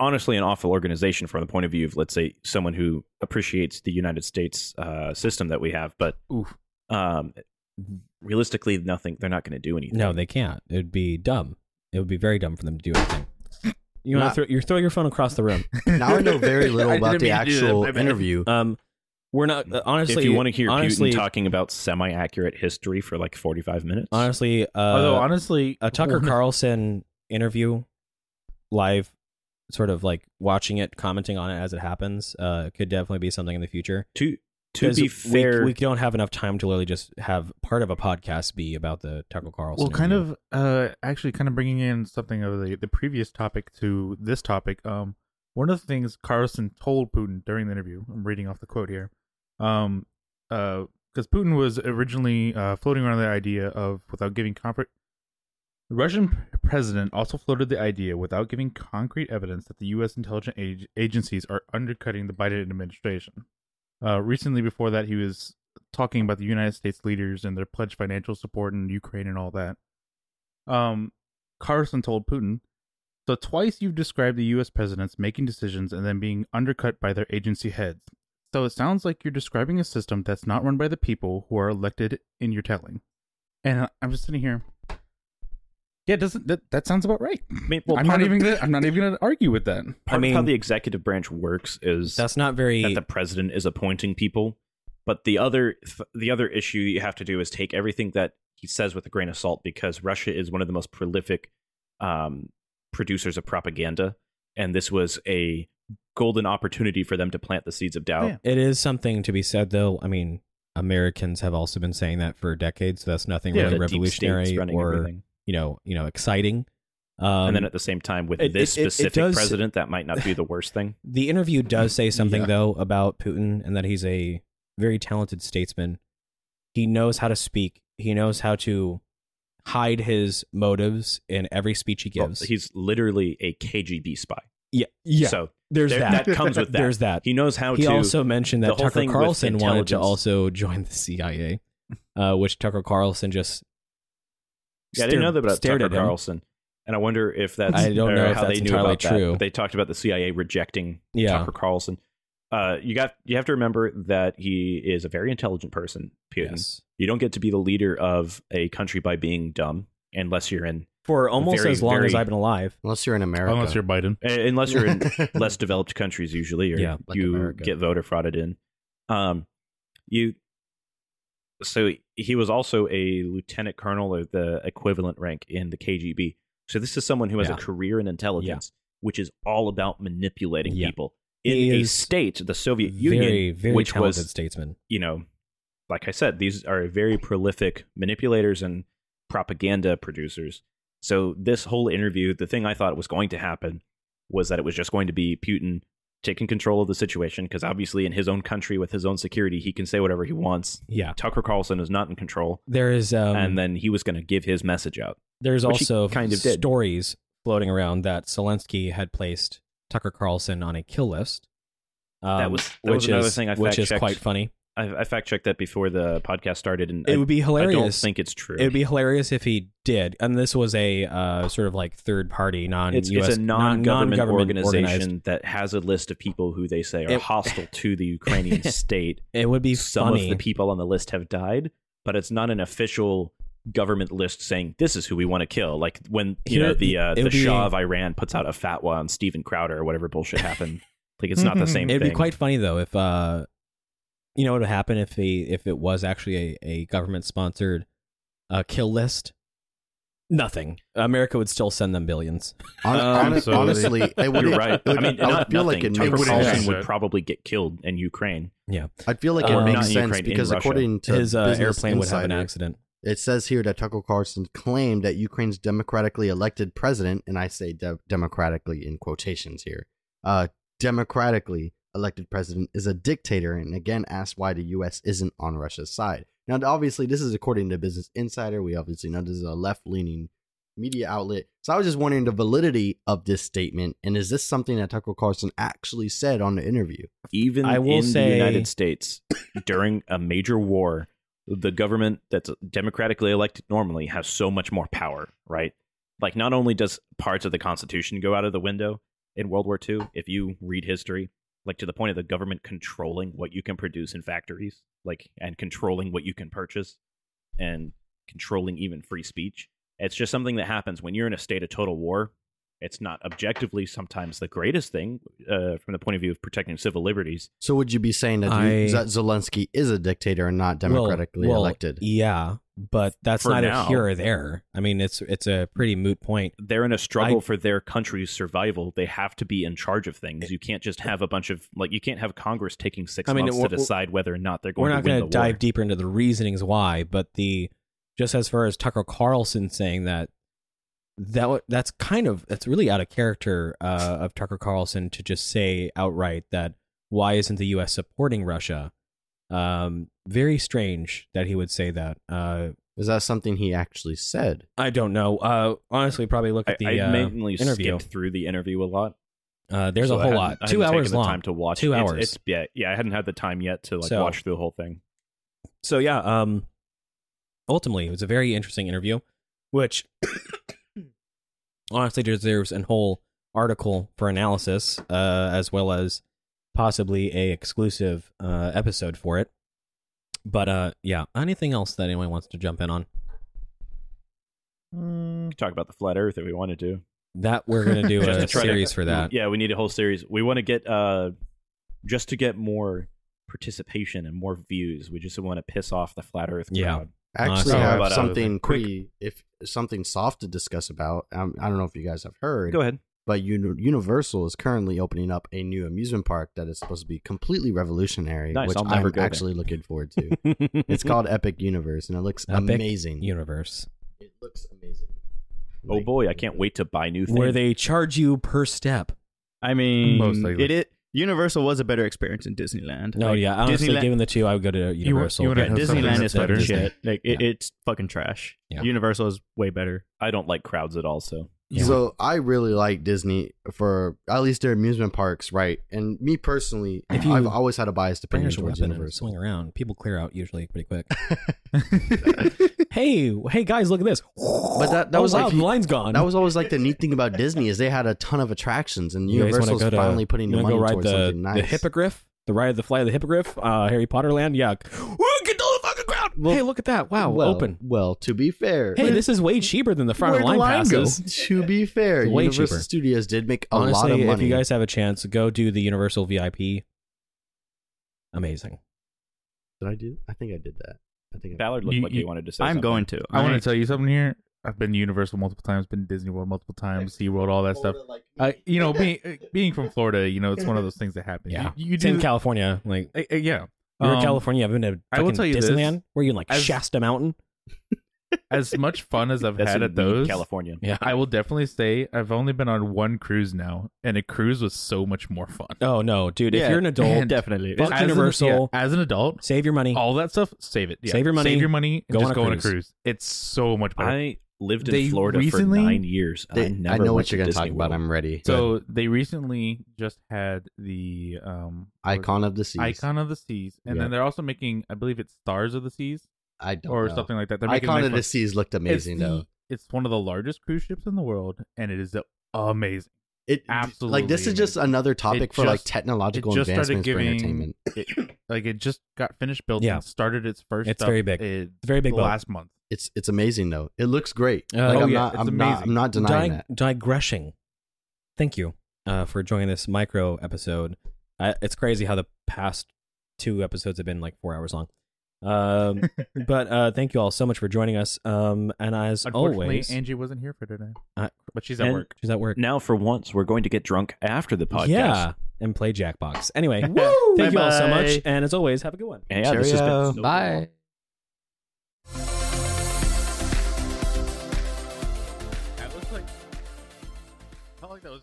[SPEAKER 1] honestly an awful organization from the point of view of let's say someone who appreciates the United States uh, system that we have, but
[SPEAKER 3] Oof.
[SPEAKER 1] um, realistically, nothing. They're not going to do anything.
[SPEAKER 2] no they can't it would be dumb it would be very dumb for them to do anything you want
[SPEAKER 7] Not-
[SPEAKER 2] to throw, you throw your phone across the room
[SPEAKER 7] Now I know very little
[SPEAKER 3] I
[SPEAKER 7] about
[SPEAKER 3] didn't
[SPEAKER 7] the
[SPEAKER 3] mean to do that,
[SPEAKER 7] actual
[SPEAKER 3] my bad.
[SPEAKER 7] interview.
[SPEAKER 2] um we're not uh, honestly
[SPEAKER 1] if you want to hear
[SPEAKER 2] honestly
[SPEAKER 1] Putin talking about semi-accurate history for like forty-five minutes,
[SPEAKER 2] honestly uh
[SPEAKER 3] Although honestly,
[SPEAKER 2] a Tucker
[SPEAKER 3] one-
[SPEAKER 2] Carlson interview live sort of like watching it commenting on it as it happens uh could definitely be something in the future
[SPEAKER 1] to to
[SPEAKER 2] 'Cause
[SPEAKER 1] be
[SPEAKER 2] we-
[SPEAKER 1] fair,
[SPEAKER 2] we, don't have enough time to literally just have part of a podcast be about the Tucker Carlson
[SPEAKER 3] well, kind
[SPEAKER 2] interview.
[SPEAKER 3] of, uh, actually, kind of bringing in something of the the previous topic to this topic. Um, one of the things Carlson told Putin during the interview, I'm reading off the quote here, um, uh, because Putin was originally uh, floating around the idea of without giving comfort. The Russian p- president also floated the idea without giving concrete evidence that the U.S. intelligence ag- agencies are undercutting the Biden administration. Uh, recently, before that, he was talking about the United States leaders and their pledged financial support in Ukraine and all that. Um, Carson told Putin, "So twice you've described the U.S. presidents making decisions and then being undercut by their agency heads. So it sounds like you're describing a system that's not run by the people who are elected in your telling." And I- I'm just sitting here. Yeah, doesn't that that sounds about right?
[SPEAKER 1] I mean, well,
[SPEAKER 3] I'm
[SPEAKER 1] part
[SPEAKER 3] not
[SPEAKER 1] of-
[SPEAKER 3] even gonna, I'm not even gonna argue with that.
[SPEAKER 1] part
[SPEAKER 2] I
[SPEAKER 1] of how
[SPEAKER 2] mean-
[SPEAKER 1] the executive branch works is
[SPEAKER 2] that's not very
[SPEAKER 1] that the president is appointing people. But the other th- the other issue you have to do is take everything that he says with a grain of salt because Russia is one of the most prolific um, producers of propaganda, and this was a golden opportunity for them to plant the seeds of doubt.
[SPEAKER 2] It is something to be said, though. I mean, Americans have also been saying that for decades. So that's nothing
[SPEAKER 1] Yeah, the
[SPEAKER 2] really
[SPEAKER 1] deep state's
[SPEAKER 2] revolutionary
[SPEAKER 1] running
[SPEAKER 2] or
[SPEAKER 1] everything.
[SPEAKER 2] you know, you know, exciting. Um,
[SPEAKER 1] and then at the same time, with
[SPEAKER 2] it-
[SPEAKER 1] this
[SPEAKER 2] it- it- it
[SPEAKER 1] specific
[SPEAKER 2] does-
[SPEAKER 1] president, that might not be the worst thing.
[SPEAKER 2] the interview does say something
[SPEAKER 1] Yeah.
[SPEAKER 2] though about Putin and that he's a very talented statesman. He knows how to speak. He knows how to hide his motives in every speech he
[SPEAKER 1] Well,
[SPEAKER 2] gives.
[SPEAKER 1] he's literally a KGB spy.
[SPEAKER 2] yeah, yeah.
[SPEAKER 1] So
[SPEAKER 2] there's
[SPEAKER 1] there-
[SPEAKER 2] that.
[SPEAKER 1] comes with that.
[SPEAKER 2] There's that.
[SPEAKER 1] He knows how
[SPEAKER 2] he
[SPEAKER 1] to.
[SPEAKER 2] also mentioned
[SPEAKER 1] the
[SPEAKER 2] that
[SPEAKER 1] whole
[SPEAKER 2] Tucker
[SPEAKER 1] thing with
[SPEAKER 2] Carlson wanted to
[SPEAKER 1] intelligence-
[SPEAKER 2] also join the CIA, uh, which Tucker Carlson just
[SPEAKER 1] Yeah, I didn't know that about
[SPEAKER 2] stared
[SPEAKER 1] Tucker
[SPEAKER 2] at him.
[SPEAKER 1] Carlson. And I wonder if that's
[SPEAKER 2] I don't
[SPEAKER 1] or
[SPEAKER 2] know if
[SPEAKER 1] how
[SPEAKER 2] that's
[SPEAKER 1] they knew
[SPEAKER 2] entirely
[SPEAKER 1] about that,
[SPEAKER 2] true.
[SPEAKER 1] but they talked about the CIA rejecting
[SPEAKER 2] Yeah.
[SPEAKER 1] Tucker Carlson. Uh, you got you have to remember that he is a very intelligent person, Putin.
[SPEAKER 2] Yes.
[SPEAKER 1] You don't get to be the leader of a country by being dumb unless you're in
[SPEAKER 2] for almost
[SPEAKER 1] very,
[SPEAKER 2] as long as
[SPEAKER 1] very-
[SPEAKER 2] I've been alive.
[SPEAKER 7] Unless you're in America.
[SPEAKER 3] Unless you're Biden.
[SPEAKER 1] Uh, unless you're in less developed countries usually or
[SPEAKER 2] Yeah,
[SPEAKER 7] like
[SPEAKER 1] you
[SPEAKER 7] America.
[SPEAKER 1] get voter frauded in um you so he was also a lieutenant colonel or the equivalent rank in the KGB so this is someone who has
[SPEAKER 2] Yeah.
[SPEAKER 1] a career in intelligence which is all about manipulating
[SPEAKER 2] Yeah.
[SPEAKER 1] people in
[SPEAKER 2] He
[SPEAKER 1] a
[SPEAKER 2] is
[SPEAKER 1] state the Soviet
[SPEAKER 2] very,
[SPEAKER 1] Union
[SPEAKER 2] very
[SPEAKER 1] which
[SPEAKER 2] talented
[SPEAKER 1] was
[SPEAKER 2] statesman.
[SPEAKER 1] you know like I said these are very prolific manipulators and propaganda producers so this whole interview the thing I thought was going to happen was that it was just going to be Putin taking control of the situation because obviously in his own country with his own security he can say whatever he wants.
[SPEAKER 2] Yeah,
[SPEAKER 1] Tucker Carlson is not in control,
[SPEAKER 2] there is. Um,
[SPEAKER 1] and then he was going to give his message out.
[SPEAKER 2] There's
[SPEAKER 1] Which he
[SPEAKER 2] also
[SPEAKER 1] kind of did.
[SPEAKER 2] stories floating around that Zelensky had placed Tucker Carlson on a kill list. Um,
[SPEAKER 1] That was- that was
[SPEAKER 2] which
[SPEAKER 1] another
[SPEAKER 2] is,
[SPEAKER 1] thing I
[SPEAKER 2] which is
[SPEAKER 1] fact-checked.
[SPEAKER 2] quite funny.
[SPEAKER 1] I, I fact checked that before the podcast started, and
[SPEAKER 2] It
[SPEAKER 1] I-
[SPEAKER 2] would be
[SPEAKER 1] I don't
[SPEAKER 2] hilarious.
[SPEAKER 1] think it's true.
[SPEAKER 2] It would be hilarious if he did, and this was a uh, sort of like third party non
[SPEAKER 1] it's,
[SPEAKER 2] US
[SPEAKER 1] it's a
[SPEAKER 2] non-
[SPEAKER 1] non-government,
[SPEAKER 2] non-government
[SPEAKER 1] organization
[SPEAKER 2] organized.
[SPEAKER 1] that has a list of people who they say are
[SPEAKER 2] It-
[SPEAKER 1] hostile to the Ukrainian state.
[SPEAKER 2] It would be
[SPEAKER 1] Some of
[SPEAKER 2] funny.
[SPEAKER 1] the people on the list have died, but it's not an official government list saying this is who we want to kill. Like when you
[SPEAKER 2] Here-
[SPEAKER 1] know the uh,
[SPEAKER 2] it
[SPEAKER 1] the
[SPEAKER 2] would be-
[SPEAKER 1] Shah of Iran puts out a fatwa on Steven Crowder or whatever bullshit happened. like it's not the same.
[SPEAKER 2] Mm-hmm. It'd
[SPEAKER 1] thing.
[SPEAKER 2] be quite funny though if uh, you know what would happen if he if it was actually a, a government sponsored uh, kill list. Nothing. America would still send them billions.
[SPEAKER 7] Hon-
[SPEAKER 3] Um,
[SPEAKER 7] hon-
[SPEAKER 3] so-
[SPEAKER 7] honestly, it would,
[SPEAKER 1] You're right.
[SPEAKER 7] it would-
[SPEAKER 1] I mean,
[SPEAKER 7] I would
[SPEAKER 1] not
[SPEAKER 7] feel
[SPEAKER 1] nothing.
[SPEAKER 7] like it
[SPEAKER 1] Tucker
[SPEAKER 7] makes
[SPEAKER 1] Carlson
[SPEAKER 7] sense.
[SPEAKER 1] would probably get killed in Ukraine.
[SPEAKER 2] Yeah,
[SPEAKER 7] I'd feel like it
[SPEAKER 2] Uh, not
[SPEAKER 7] makes
[SPEAKER 1] in
[SPEAKER 7] sense
[SPEAKER 1] Ukraine, in
[SPEAKER 7] because
[SPEAKER 1] Russia.
[SPEAKER 7] according to
[SPEAKER 2] his uh,
[SPEAKER 7] Business
[SPEAKER 2] airplane would have an
[SPEAKER 7] Insider,
[SPEAKER 2] accident.
[SPEAKER 7] It says here that Tucker Carlson claimed that Ukraine's democratically elected president, and I say de- democratically in quotations here, uh, democratically elected president is a dictator, and again asked why the U.S. isn't on Russia's side. Now, obviously, this is according to Business Insider. We obviously know this is a left leaning media outlet. So I was just wondering the validity of this statement, and is this something that Tucker Carlson actually said on the interview?
[SPEAKER 1] Even
[SPEAKER 2] I will
[SPEAKER 1] in the
[SPEAKER 2] say-
[SPEAKER 1] United States, during a major war, the government that's democratically elected normally has so much more power, right? Like, not only does parts of the Constitution go out of the window in World War II, if you read history, like to the point of the government controlling what you can produce in factories, like, and controlling what you can purchase and controlling even free speech. It's just something that happens when you're in a state of total war. It's not objectively sometimes the greatest thing uh, from the point of view of protecting civil liberties.
[SPEAKER 7] So would you be saying that, you-
[SPEAKER 2] I-
[SPEAKER 7] that Zelensky is a dictator and not
[SPEAKER 2] Well-
[SPEAKER 7] democratically
[SPEAKER 2] well,
[SPEAKER 7] elected?
[SPEAKER 1] e
[SPEAKER 2] Yeah, but that's
[SPEAKER 1] For
[SPEAKER 2] neither
[SPEAKER 1] now.
[SPEAKER 2] here or there. I mean, it's it's a pretty moot point.
[SPEAKER 1] They're in a struggle for their country's survival. They have to be in charge of things. You can't just have a bunch of like you can't have Congress taking six
[SPEAKER 2] I mean,
[SPEAKER 1] months
[SPEAKER 2] we're-
[SPEAKER 1] to decide whether or not they're going
[SPEAKER 2] We're not
[SPEAKER 1] to win
[SPEAKER 2] going to
[SPEAKER 1] the
[SPEAKER 2] dive
[SPEAKER 1] war.
[SPEAKER 2] deeper into the reasonings why, but the just as far as Tucker Carlson saying that that w- that's kind of that's really out of character uh, of Tucker Carlson to just say outright that why isn't the U.S. supporting Russia? Um, very strange that he would say that. Uh,
[SPEAKER 7] Is that something he actually said?
[SPEAKER 2] I don't know. Uh, honestly, probably look
[SPEAKER 1] I,
[SPEAKER 2] at the
[SPEAKER 1] I
[SPEAKER 2] uh,
[SPEAKER 1] mainly
[SPEAKER 2] interview.
[SPEAKER 1] skipped through the interview a lot.
[SPEAKER 2] Uh, there's
[SPEAKER 1] so
[SPEAKER 2] a
[SPEAKER 1] I
[SPEAKER 2] whole
[SPEAKER 1] hadn't-
[SPEAKER 2] lot.
[SPEAKER 1] I
[SPEAKER 2] Two
[SPEAKER 1] hadn't
[SPEAKER 2] hours
[SPEAKER 1] taken
[SPEAKER 2] long.
[SPEAKER 1] The time to watch.
[SPEAKER 2] Two
[SPEAKER 1] It's-
[SPEAKER 2] hours.
[SPEAKER 1] It's, yeah, yeah. I hadn't had the time yet to like
[SPEAKER 2] So-
[SPEAKER 1] watch through the whole thing.
[SPEAKER 2] so yeah um ultimately it was a very interesting interview which honestly deserves an whole article for analysis uh as well as possibly a exclusive uh episode for it but uh yeah anything else that anyone wants to jump in on
[SPEAKER 1] We could talk about the flat Earth if we wanted to.
[SPEAKER 2] that we're gonna do
[SPEAKER 1] Just
[SPEAKER 2] a
[SPEAKER 1] to try to-
[SPEAKER 2] series for that
[SPEAKER 1] Yeah, we need a whole series. We want to get uh just to get more participation and more views. We just want to piss off the flat Earth crowd.
[SPEAKER 2] Yeah.
[SPEAKER 7] actually
[SPEAKER 1] Awesome.
[SPEAKER 7] have
[SPEAKER 1] But, uh,
[SPEAKER 7] something
[SPEAKER 1] quick-
[SPEAKER 7] pretty, if something soft to discuss about. Um, I don't know if you guys have heard.
[SPEAKER 1] Go ahead.
[SPEAKER 7] But Uni- Universal is currently opening up a new amusement park that is supposed to be completely revolutionary,
[SPEAKER 1] Nice,
[SPEAKER 7] which
[SPEAKER 1] I'll never
[SPEAKER 7] I'm
[SPEAKER 1] go there.
[SPEAKER 7] actually looking forward to. it's called Epic Universe, and it looks
[SPEAKER 2] Epic
[SPEAKER 7] amazing.
[SPEAKER 2] universe.
[SPEAKER 7] It looks amazing.
[SPEAKER 1] Oh boy, I can't wait to buy new things.
[SPEAKER 2] Where they charge you per step.
[SPEAKER 6] I mean,
[SPEAKER 3] Most likely.
[SPEAKER 6] it, it Universal was a better experience than Disneyland.
[SPEAKER 2] No,
[SPEAKER 6] Like,
[SPEAKER 2] yeah. Honestly,
[SPEAKER 6] Disneyland,
[SPEAKER 2] given the two, I would go to Universal.
[SPEAKER 3] you wanna
[SPEAKER 2] again.
[SPEAKER 3] have something
[SPEAKER 6] Disneyland
[SPEAKER 3] that's
[SPEAKER 6] is fucking
[SPEAKER 3] better.
[SPEAKER 6] shit. Like it,
[SPEAKER 2] Yeah.
[SPEAKER 6] it's fucking trash.
[SPEAKER 2] Yeah.
[SPEAKER 6] Universal is way better.
[SPEAKER 1] I don't like crowds at all, so
[SPEAKER 2] Yeah.
[SPEAKER 7] So I really like Disney for at least their amusement parks, right? And me personally,
[SPEAKER 2] If you-
[SPEAKER 7] I've always had a bias to
[SPEAKER 2] Bring
[SPEAKER 7] opinion
[SPEAKER 2] your
[SPEAKER 7] towards
[SPEAKER 2] weapon and
[SPEAKER 7] Universal.
[SPEAKER 2] swing around. People clear out usually pretty quick. hey, hey guys, look at this. But
[SPEAKER 7] that- that was like-
[SPEAKER 2] wow, the line's gone.
[SPEAKER 7] That was always like the neat thing about Disney is they had a ton of attractions, and
[SPEAKER 2] You guys wanna
[SPEAKER 7] Universal's
[SPEAKER 2] go to-
[SPEAKER 7] finally putting
[SPEAKER 2] you
[SPEAKER 7] the
[SPEAKER 2] wanna
[SPEAKER 7] money
[SPEAKER 2] go ride
[SPEAKER 7] towards
[SPEAKER 2] the,
[SPEAKER 7] something nice.
[SPEAKER 2] The hippogriff, the ride of the flight of the hippogriff, uh, Harry Potter land. Yeah, Ooh, get to the fucking ground. hey, look at that! Wow,
[SPEAKER 7] well,
[SPEAKER 2] open.
[SPEAKER 7] Well, to be fair,
[SPEAKER 2] Hey, this is way cheaper than the front
[SPEAKER 7] where'd
[SPEAKER 2] of line,
[SPEAKER 7] go?
[SPEAKER 2] passes.
[SPEAKER 7] To be fair,
[SPEAKER 2] Way
[SPEAKER 7] Universal
[SPEAKER 2] cheaper.
[SPEAKER 7] Studios did make a
[SPEAKER 2] Honestly,
[SPEAKER 7] lot of money.
[SPEAKER 2] if you guys have a chance, go do the Universal VIP. Amazing.
[SPEAKER 7] did I do? I think I did that. I think I
[SPEAKER 1] Ballard looked
[SPEAKER 3] You-
[SPEAKER 1] like
[SPEAKER 3] you-
[SPEAKER 1] he wanted to say.
[SPEAKER 6] I'm
[SPEAKER 1] something.
[SPEAKER 6] going to.
[SPEAKER 3] I want to tell you something here. I've been to Universal multiple times, been to Disney World multiple times, SeaWorld, all that stuff. I, you know, being uh, being from Florida, you know, it's one of those things that happens.
[SPEAKER 2] Yeah,
[SPEAKER 3] you, you
[SPEAKER 2] it's
[SPEAKER 3] do.
[SPEAKER 2] in California. Like
[SPEAKER 3] Uh, uh, yeah,
[SPEAKER 2] you're in
[SPEAKER 3] Um,
[SPEAKER 2] California. I've been to
[SPEAKER 3] I will
[SPEAKER 2] fucking
[SPEAKER 3] tell you this.
[SPEAKER 2] Disneyland. where you in like
[SPEAKER 3] I've-
[SPEAKER 2] Shasta Mountain?
[SPEAKER 3] As much fun as I've
[SPEAKER 1] That's
[SPEAKER 3] had
[SPEAKER 1] in
[SPEAKER 3] at those,
[SPEAKER 1] California.
[SPEAKER 2] Yeah.
[SPEAKER 3] I will definitely say I've only been on one cruise now, and a cruise was so much more fun.
[SPEAKER 2] Oh no, dude!
[SPEAKER 6] Yeah,
[SPEAKER 2] if you're an adult,
[SPEAKER 6] man, definitely.
[SPEAKER 2] fuck
[SPEAKER 3] As an-
[SPEAKER 2] Universal.
[SPEAKER 3] yeah, as an adult,
[SPEAKER 2] save your money.
[SPEAKER 3] all that stuff, save it. Yeah.
[SPEAKER 2] Save your money,
[SPEAKER 3] Save your money. And
[SPEAKER 2] go
[SPEAKER 3] just
[SPEAKER 2] on a
[SPEAKER 3] go on a
[SPEAKER 2] cruise.
[SPEAKER 3] cruise. It's so much better.
[SPEAKER 1] I lived in
[SPEAKER 3] They
[SPEAKER 1] Florida
[SPEAKER 3] recently-
[SPEAKER 1] for nine years. And
[SPEAKER 7] They-
[SPEAKER 1] I
[SPEAKER 7] I,
[SPEAKER 1] never went
[SPEAKER 7] know what
[SPEAKER 1] to
[SPEAKER 7] you're going to
[SPEAKER 1] Disney
[SPEAKER 7] talk about.
[SPEAKER 1] World.
[SPEAKER 7] I'm ready.
[SPEAKER 3] so they recently just had the um
[SPEAKER 7] Icon of the Seas.
[SPEAKER 3] Icon of the Seas, and
[SPEAKER 7] Yeah.
[SPEAKER 3] then they're also making, I believe it's Stars of the Seas
[SPEAKER 7] I don't
[SPEAKER 3] or
[SPEAKER 7] know.
[SPEAKER 3] something like that. They're making
[SPEAKER 7] Icon
[SPEAKER 3] like
[SPEAKER 7] of
[SPEAKER 3] one-
[SPEAKER 7] the Seas looked amazing
[SPEAKER 3] it's the-
[SPEAKER 7] though.
[SPEAKER 3] It's one of the largest cruise ships in the world, and it is amazing.
[SPEAKER 7] It
[SPEAKER 3] absolutely
[SPEAKER 7] like this is just
[SPEAKER 3] amazing.
[SPEAKER 7] another topic
[SPEAKER 3] It
[SPEAKER 7] for like
[SPEAKER 3] just-
[SPEAKER 7] technological
[SPEAKER 3] it just started
[SPEAKER 7] advancements for
[SPEAKER 3] giving-
[SPEAKER 7] entertainment.
[SPEAKER 3] It, like it just got finished building.
[SPEAKER 2] Yeah.
[SPEAKER 3] started its first.
[SPEAKER 2] It's
[SPEAKER 3] up
[SPEAKER 2] very big.
[SPEAKER 3] in
[SPEAKER 2] It's a very big boat.
[SPEAKER 3] Last month,
[SPEAKER 7] It's it's amazing though. It looks great.
[SPEAKER 2] Uh,
[SPEAKER 7] like
[SPEAKER 3] oh,
[SPEAKER 7] I'm
[SPEAKER 3] yeah,
[SPEAKER 7] not
[SPEAKER 3] it's
[SPEAKER 7] I'm not
[SPEAKER 3] amazing.
[SPEAKER 7] I'm not denying
[SPEAKER 2] Dig-
[SPEAKER 7] that.
[SPEAKER 2] Digressing. Thank you uh, for joining this micro episode. I, it's crazy how the past two episodes have been like four hours long. Um, but uh, thank you all so much for joining us. Um, and as
[SPEAKER 3] unfortunately,
[SPEAKER 2] always,
[SPEAKER 3] Angie wasn't here for today,
[SPEAKER 2] Uh,
[SPEAKER 3] but she's at
[SPEAKER 1] and-
[SPEAKER 3] work.
[SPEAKER 2] she's at work.
[SPEAKER 1] Now, for once, we're going to get drunk after the podcast.
[SPEAKER 2] Yeah, and play Jackbox. Anyway, thank
[SPEAKER 6] Woo!
[SPEAKER 2] you all so much.
[SPEAKER 6] Bye-bye.
[SPEAKER 2] And as always, have a good one.
[SPEAKER 1] And yeah this has
[SPEAKER 7] Cheerio.
[SPEAKER 1] been so
[SPEAKER 4] Bye.
[SPEAKER 3] That was like, I felt like that was